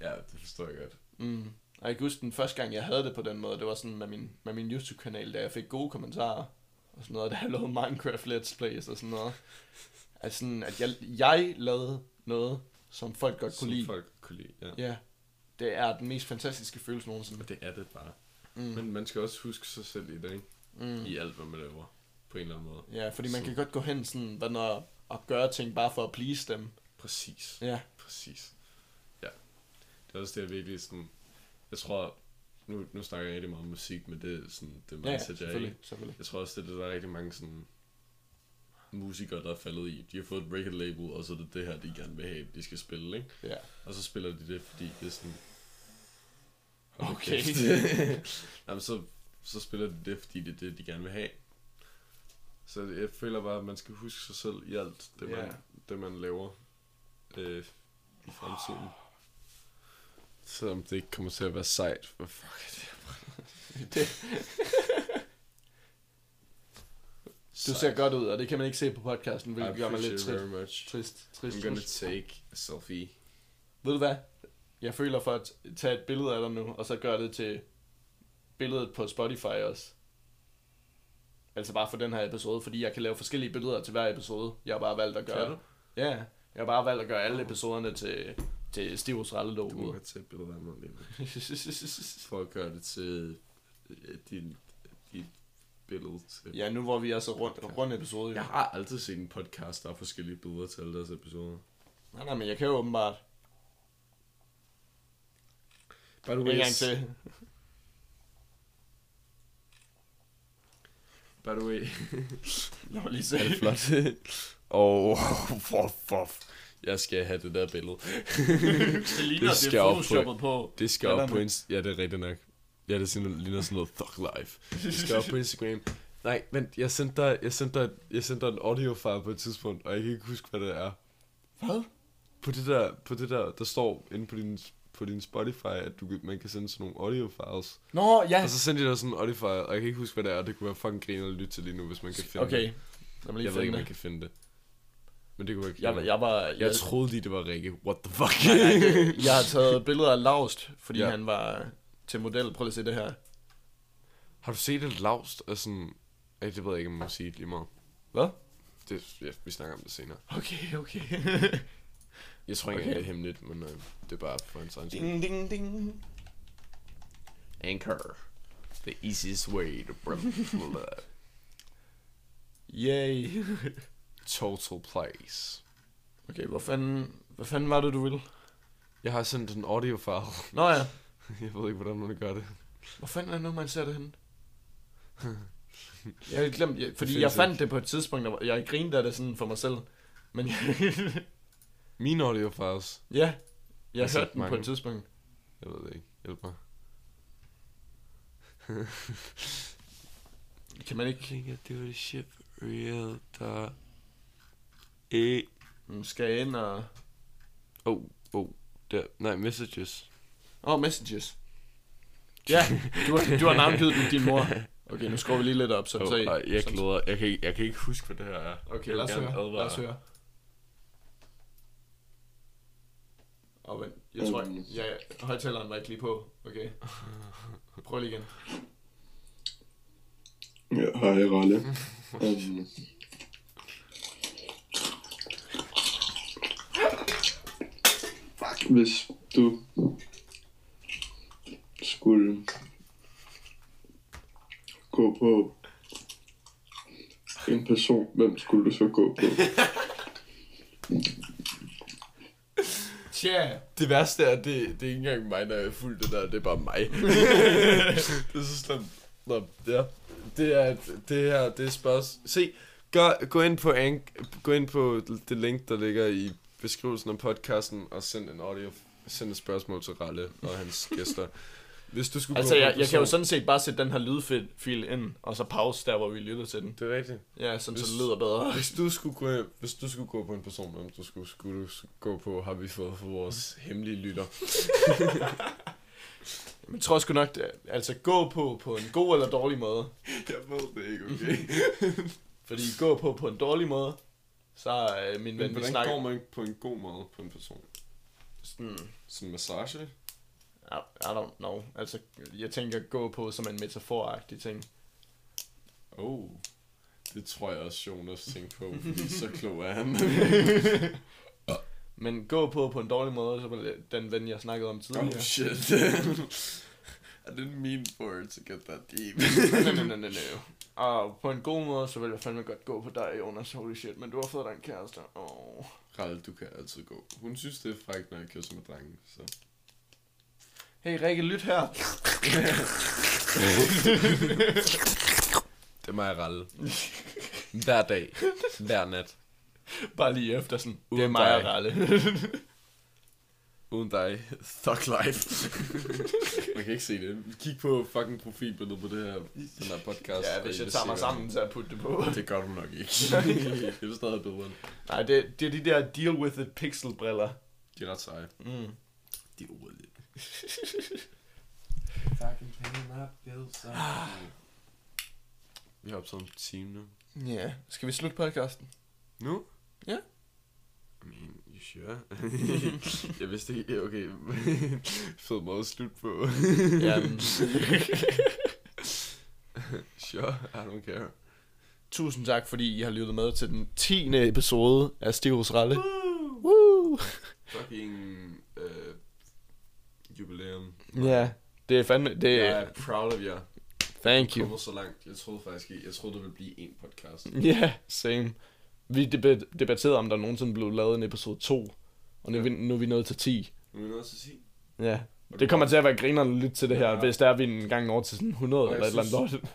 C: Ja, det forstår jeg godt.
D: Mm. Og jeg kan huske den første gang, jeg havde det på den måde, det var sådan med min, med min YouTube-kanal, da jeg fik gode kommentarer og sådan noget, da jeg lavede Minecraft Let's Plays og sådan noget. Altså sådan, at jeg, jeg lavede noget, som folk godt kunne lide.
C: Som folk kunne lide, ja.
D: Ja, det er den mest fantastiske følelse nogensinde.
C: Og det er det bare. Mm. Men man skal også huske sig selv i det, ikke? Mm. I alt, hvad man laver. På en eller anden måde.
D: Ja, fordi man
C: Så-
D: kan godt gå hen sådan, hvad når, og gøre ting bare for at please dem.
C: Præcis.
D: Ja.
C: Præcis. Ja. Det er også det, jeg virkelig sådan... Jeg tror... Nu, nu snakker jeg rigtig meget om musik, men det er sådan... Det er
D: Ja, ja,
C: mindset, jeg er i.
D: selvfølgelig, selvfølgelig.
C: Jeg tror også, det er det, der er rigtig mange sådan musikere, der er faldet i. De har fået et record label, og så er det det her, de gerne vil have, de skal spille, ikke?
D: Ja.
C: Og så spiller de det, fordi det er sådan... Hold nu
D: Okay.
C: kæft. Jamen, så, så spiller de det, fordi det er det, de gerne vil have. Så jeg føler bare, at man skal huske sig selv i alt, det man,
D: Ja.
C: det, man laver øh, i fremtiden. Selvom det ikke kommer til at være sejt, for fuck er det?
D: Du ser godt ud, og det kan man ikke se på podcasten,
C: I
D: hvilket gør mig lidt
C: appreciate
D: trist.
C: very much.
D: Trist, trist,
C: I'm gonna
D: trist.
C: take a selfie.
D: Ved du hvad? Jeg føler for at tage et billede af dig nu, og så gøre det til billedet på Spotify også. Altså bare for den her episode, fordi jeg kan lave forskellige billeder til hver episode. Jeg har bare valgt at gøre
C: Kan du?
D: Ja, jeg har bare valgt at gøre alle episoderne til, til Stivos
C: Du må
D: Ralle
C: godt tage et billede af mig lige nu. For at gøre det til øh, din, dit billede til...
D: Ja, nu hvor vi er så rundt, rundt episode.
C: Jeg har aldrig set en podcast, der er forskellige billeder til alle deres episoder.
D: Nej, nej, men jeg kan jo åbenbart.
C: By the
D: En gang til.
C: by the way,
D: Lad mig lige se.
C: er det flot? Og oh, for, for, jeg skal have det der billede.
D: Det ligner, det,
C: Det
D: det
C: skal
D: er
C: op på-
D: photoshoppet på.
C: Det skal
D: Eller
C: op på
D: nu.
C: Instagram. Ja, det er rigtigt nok. Ja, det sådan- ligner sådan noget thug life. Det skal op på Instagram. Nej, men jeg sendte dig, jeg sendte dig, jeg sendte dig en audiofile på et tidspunkt, og jeg kan ikke huske, hvad det er.
D: Hvad?
C: På det der, på det der, der står inde på din, på din Spotify, at du, kan- man kan sende sådan nogle audiofiles.
D: Nå, ja.
C: Og så sendte jeg dig sådan en audiofile, og jeg kan ikke huske, hvad det er. Det kunne være fucking griner at lytte til lige nu, hvis man kan finde det.
D: Okay. Lad mig lige
C: Jeg ved ikke,
D: finde
C: om man
D: det.
C: kan finde det. Men det kunne være
D: Jeg, jeg var...
C: jeg, jeg troede lige, det var Rikke. What the fuck?
D: Jeg har taget billeder af Laust, fordi
C: Ja.
D: ja. han var til model. Prøv lige at se det her.
C: Har du set et lavst af sådan... Ej, det ved jeg ikke, om man må sige det lige meget.
D: Hvad?
C: Det, ja, vi snakker om det senere.
D: Okay, okay.
C: Jeg tror ikke, okay. det er hemmeligt, men øh, det er bare for en egen skyld.
D: ding, ding.
C: Anchor. The easiest way to blah,
D: Yay.
C: Total place.
D: Okay, hvor fanden, hvad fanden var det, du ville?
C: Jeg har sendt en audiofile.
D: Nå ja.
C: Jeg ved ikke, hvordan man gør det.
D: Hvor fanden er det nu, man ser det henne? Jeg havde glemt, jeg, fordi
C: findes
D: jeg fandt det på et tidspunkt, og jeg grinede af det sådan for mig selv. Men
C: Min audio files.
D: ja, jeg
C: Altså,
D: hørte den på
C: mange.
D: et tidspunkt.
C: Jeg ved det ikke. Hjælp mig.
D: Kan man ikke...
C: think I do the shit for real, da. E.
D: Mm, Skal jeg ind og...
C: Oh, oh. Der. Nej, messages.
D: Åh, oh, messages. Ja, du har, du har navngivet den, din mor. Okay, nu skruer vi lige lidt op, så...
C: Oh,
D: så
C: ej, jeg
D: så-
C: glæder. Jeg kan, ikke- jeg kan ikke huske, hvad det her er.
D: Okay,
C: Jeg
D: lad os
C: vil gerne
D: høre. Lad
C: advare.
D: os høre. Og vent, jeg tror, jeg, højtaleren var ikke lige på. Okay. Prøv lige igen.
F: Ja, hej Ralle. um, hvis du skulle gå på en person, hvem skulle du så gå på?
D: Tja,
C: Det værste er, det, det er ikke engang mig, der er fuld det der, det er bare mig. det er så slemt. Nå, ja. Det er, det her, det er spørgsmål. Se, gør, gå, ind på ank, gå ind på det link, der ligger i beskrivelsen af podcasten, og send en audio, send et spørgsmål til Ralle og hans gæster. Hvis du skulle
D: Altså,
C: gå på en
D: jeg, jeg kan jo
C: person-
D: sådan set bare sætte den her lydfil ind, og så pause der, hvor vi lytter til den.
C: Det er rigtigt.
D: Ja, sådan så det
C: Hvis-
D: lyder bedre.
C: Hvis du skulle gå, hvis du skulle gå på en person, hvem du skulle, skulle du gå på, har vi fået for vores hemmelige lytter.
D: Men jeg tror sgu nok, det, er- altså gå på på en god eller dårlig måde.
C: Jeg ved det ikke, okay?
D: Fordi gå på på en dårlig måde, så er øh, min
C: Men
D: ven, vi
C: hvordan snakker...
D: snakker...
C: går man på en god måde på en person?
D: Sådan,
C: Sådan en massage?
D: I, I don't know. Altså, jeg tænker gå på som en metaforagtig ting.
C: Oh. Det tror jeg også Jonas tænkte på, fordi så klog er han.
D: Men gå på på en dårlig måde, så var det den ven, jeg snakkede om tidligere.
C: oh shit. I didn't mean for it to get that deep.
D: nej, nej, nej, nej, nej. Og på en god måde, så vil jeg fandme godt gå på dig, Jonas. Holy shit, men du har fået dig en kæreste. Oh.
C: Ralle, du kan altid gå. Hun synes, det er frækt, når jeg kysser med drengen. Så.
D: Hey, Rikke, lyt her.
C: Det er mig, Ralle. Hver dag. Hver nat.
D: Bare lige efter sådan,
C: Uden
D: det er mig og
C: dig.
D: Ralle.
C: Uden dig. Thug life. Man kan ikke se det. Kig på fucking profilbilledet på det her, den her podcast.
D: ja,
C: og I
D: hvis jeg
C: vil
D: tager
C: se,
D: mig
C: hvad-
D: sammen til at putte det på.
C: Det gør du nok ikke. det er stadig bedre.
D: Nej, det, det er de der deal with it pixel-briller.
C: De er ret seje.
D: Mm.
C: De er uredelige. Vi har optaget en time nu.
D: Ja, yeah. skal vi slutte podcasten?
C: Nu?
D: Ja.
C: I mean, you sure? jeg vidste ikke, okay. Fed måde at slutte på.
D: Jamen,
C: sure, I don't care.
D: tusind tak, fordi I har lyttet med til den 10. episode af Stivos Ralle. Woo!
C: Fucking øh, jubilæum.
D: Ja, det er fandme... Det,
C: Jeg
D: yeah.
C: er proud of jer.
D: Thank you.
C: Kommer så langt. Jeg troede faktisk ikke. Jeg troede, det ville blive en podcast.
D: Ja, yeah, same. Vi debat- debatterede, om der nogensinde blev lavet en episode 2, og nu, er vi, nu er vi nået til 10.
C: Nu er vi nået til 10.
D: Ja, det kommer til at være grinerne lidt til det her, hvis der er vi en gang over til sådan 100
C: jeg
D: eller et eller andet
C: synes-
D: lort.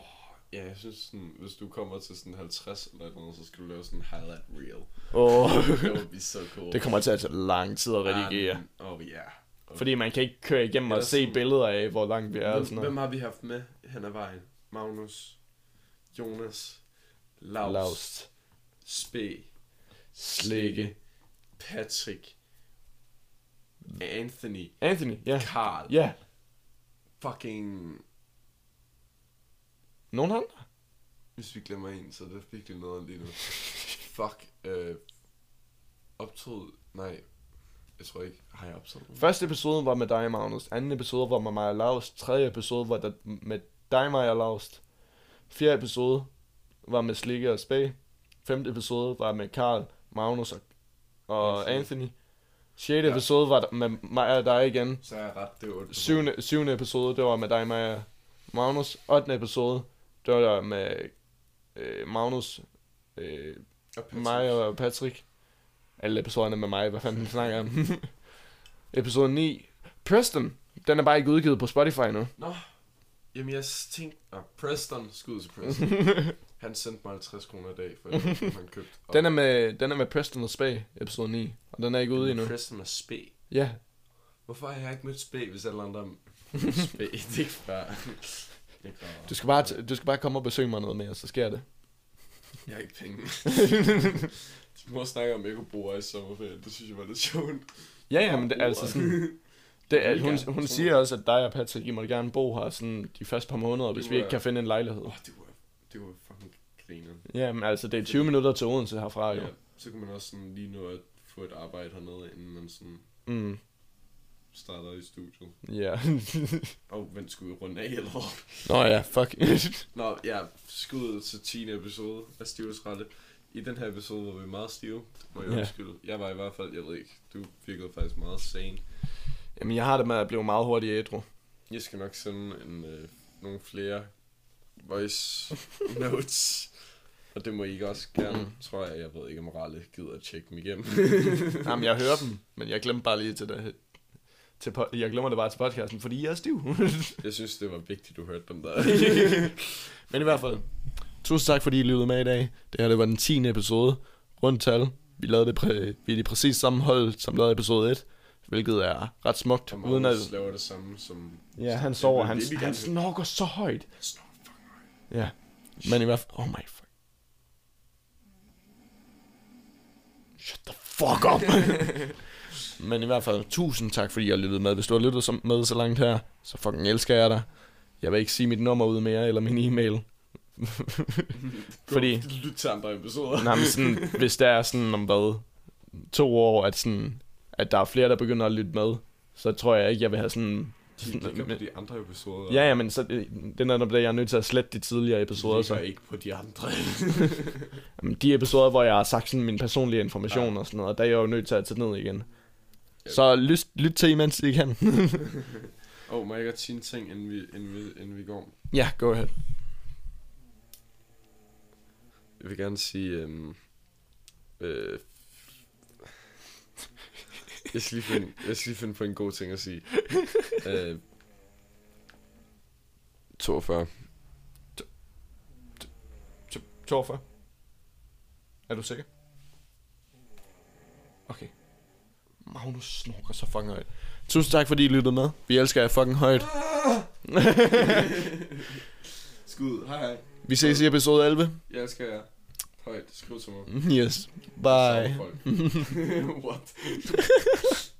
C: Ja, jeg synes sådan, hvis du kommer til sådan 50 eller et eller andet, så skal du lave sådan en highlight reel.
D: Og
C: Det would be so cool.
D: det kommer til at tage lang tid at redigere.
C: Um, oh yeah.
D: Fordi man kan ikke køre igennem og
C: Ellers
D: se
C: sådan-
D: billeder af, hvor langt vi er og
C: Hvem,
D: sådan
C: hvem
D: noget.
C: har vi haft med hen ad vejen? Magnus, Jonas, Laus, Laus.
D: Laust.
C: Spe,
D: Slikke.
C: Patrick, Anthony,
D: Anthony, ja.
C: Karl,
D: Ja.
C: fucking...
D: Nogen andre?
C: Hvis vi glemmer en, så er det virkelig noget lige nu. Fuck, øh, optog... Nej, jeg tror ikke, har jeg optaget nogen?
D: Første episode var med dig, Magnus. Anden episode var med mig og Laust. Tredje episode var der med dig, mig og Laust. Fjerde episode var med Slikke og Spag. Femte episode var med Karl, Magnus og, og Anthony. Sjette ja. episode var der med mig og dig igen.
C: Så er jeg ret, det er 8
D: Syvende, syvende episode, det var med dig, mig og Magnus. Ottende episode, det var der med øh, Magnus, øh, mig og Patrick. Alle episoderne med mig, hvad fanden snakker jeg om? Episode 9. Preston. Den er bare ikke udgivet på Spotify nu.
C: Nå, Jamen, jeg tænkte... Ah, Preston. Skud til Preston. han sendte mig 50 kroner i dag, for det var, han købte.
D: Den er med, den er med Preston og Spag, episode 9. Og den er ikke ude endnu.
C: Preston og spæ.
D: Ja.
C: Hvorfor har jeg ikke mødt spæ, hvis alle andre spæ? Det er ikke fair. Jeg græder.
D: Du skal, bare t- du skal bare komme og besøge mig noget mere, så sker det.
C: Jeg har ikke penge. Din mor snakker om, at jeg kunne bruge i sommerferien. Det synes jeg var lidt sjovt.
D: Ja, ja, men det er altså sådan... Det er, hun, hun siger også, at dig og Patrick, I må gerne bo her sådan de første par måneder, hvis vi ikke kan finde en lejlighed.
C: Åh, oh, det var, det var fucking grineren.
D: Jamen altså, det er 20 minutter til Odense herfra jo.
C: Ja, så kan man også sådan lige nå at få et arbejde hernede, inden man sådan
D: Mm,
C: starter i studiet.
D: ja.
C: Åh, oh, vent, skulle vi runde af, eller hvad?
D: Nå ja, fuck.
C: Nå, ja, skud til 10. episode af Stives Rette. I den her episode var vi meget stive, det må jeg
D: Ja.
C: yeah. undskylde. Jeg var i hvert fald, jeg ved ikke, du virkede faktisk meget sane.
D: Jamen, jeg har det med at blive meget hurtigt ædru.
C: Jeg skal nok sende en, øh, nogle flere voice notes. Og det må I ikke også
D: Mm.
C: gerne, tror jeg. Jeg ved ikke, om Ralle gider at tjekke dem igennem.
D: Jamen, jeg hører dem, men jeg glemmer bare lige til det. Til po- jeg glemmer det bare til podcasten, fordi jeg er stiv.
C: jeg synes, det var vigtigt, du hørte dem der.
D: men i hvert fald, tusind tak, fordi I lyttede med i dag. Det her, det var den 10. episode. Rundt tal. Vi, lavede det præ- vi er det præcis samme hold, som lavede episode 1, hvilket er ret smukt.
C: Og
D: Uden at,
C: Magnus laver det samme som...
D: ja, han sover. Han,
C: Det vil vi
D: han
C: gerne
D: snorker så højt.
C: Snor, fuck.
D: Ja, men i hvert fald... Oh my fuck. Shut the fuck up. men i hvert fald, tusind tak, fordi jeg lyttede med. Hvis du har lyttet som- med så langt her, så fucking elsker jeg dig. Jeg vil ikke sige mit nummer ud mere, eller min e-mail. fordi,
C: Lyt til andre episoder.
D: nej, men sådan, hvis der er sådan om hvad, to år, at, sådan, at der er flere, der begynder at lytte med, så tror jeg ikke, jeg vil have sådan...
C: De ligger på de andre episoder.
D: Ja, ja, men så, øh, det er netop det, jeg er nødt til at slette de tidligere episoder.
C: De
D: Så.
C: ligger ikke på de andre.
D: Jamen, de episoder, hvor jeg har sagt sådan min personlige information ja. og sådan noget, der er jeg jo nødt til at tage ned igen. Så lyt, lyt til, imens I kan.
C: Åh, oh, må jeg godt sige en ting, inden vi, inden vi, inden vi går?
D: ja, go ahead.
C: Jeg vil gerne sige... Øhm, øh, jeg, skal lige finde, jeg skal lige finde på en god ting at sige. øh, 42.
D: 42. Er du sikker? Okay. Magnus snorker så fucking højt. Tusind tak, fordi I lyttede med. Vi elsker jer fucking højt.
C: Skud. Hej, hej.
D: Vi ses i episode 11.
C: Jeg elsker jer. Højt. Skriv til mig.
D: Yes. Bye.
C: Folk. What?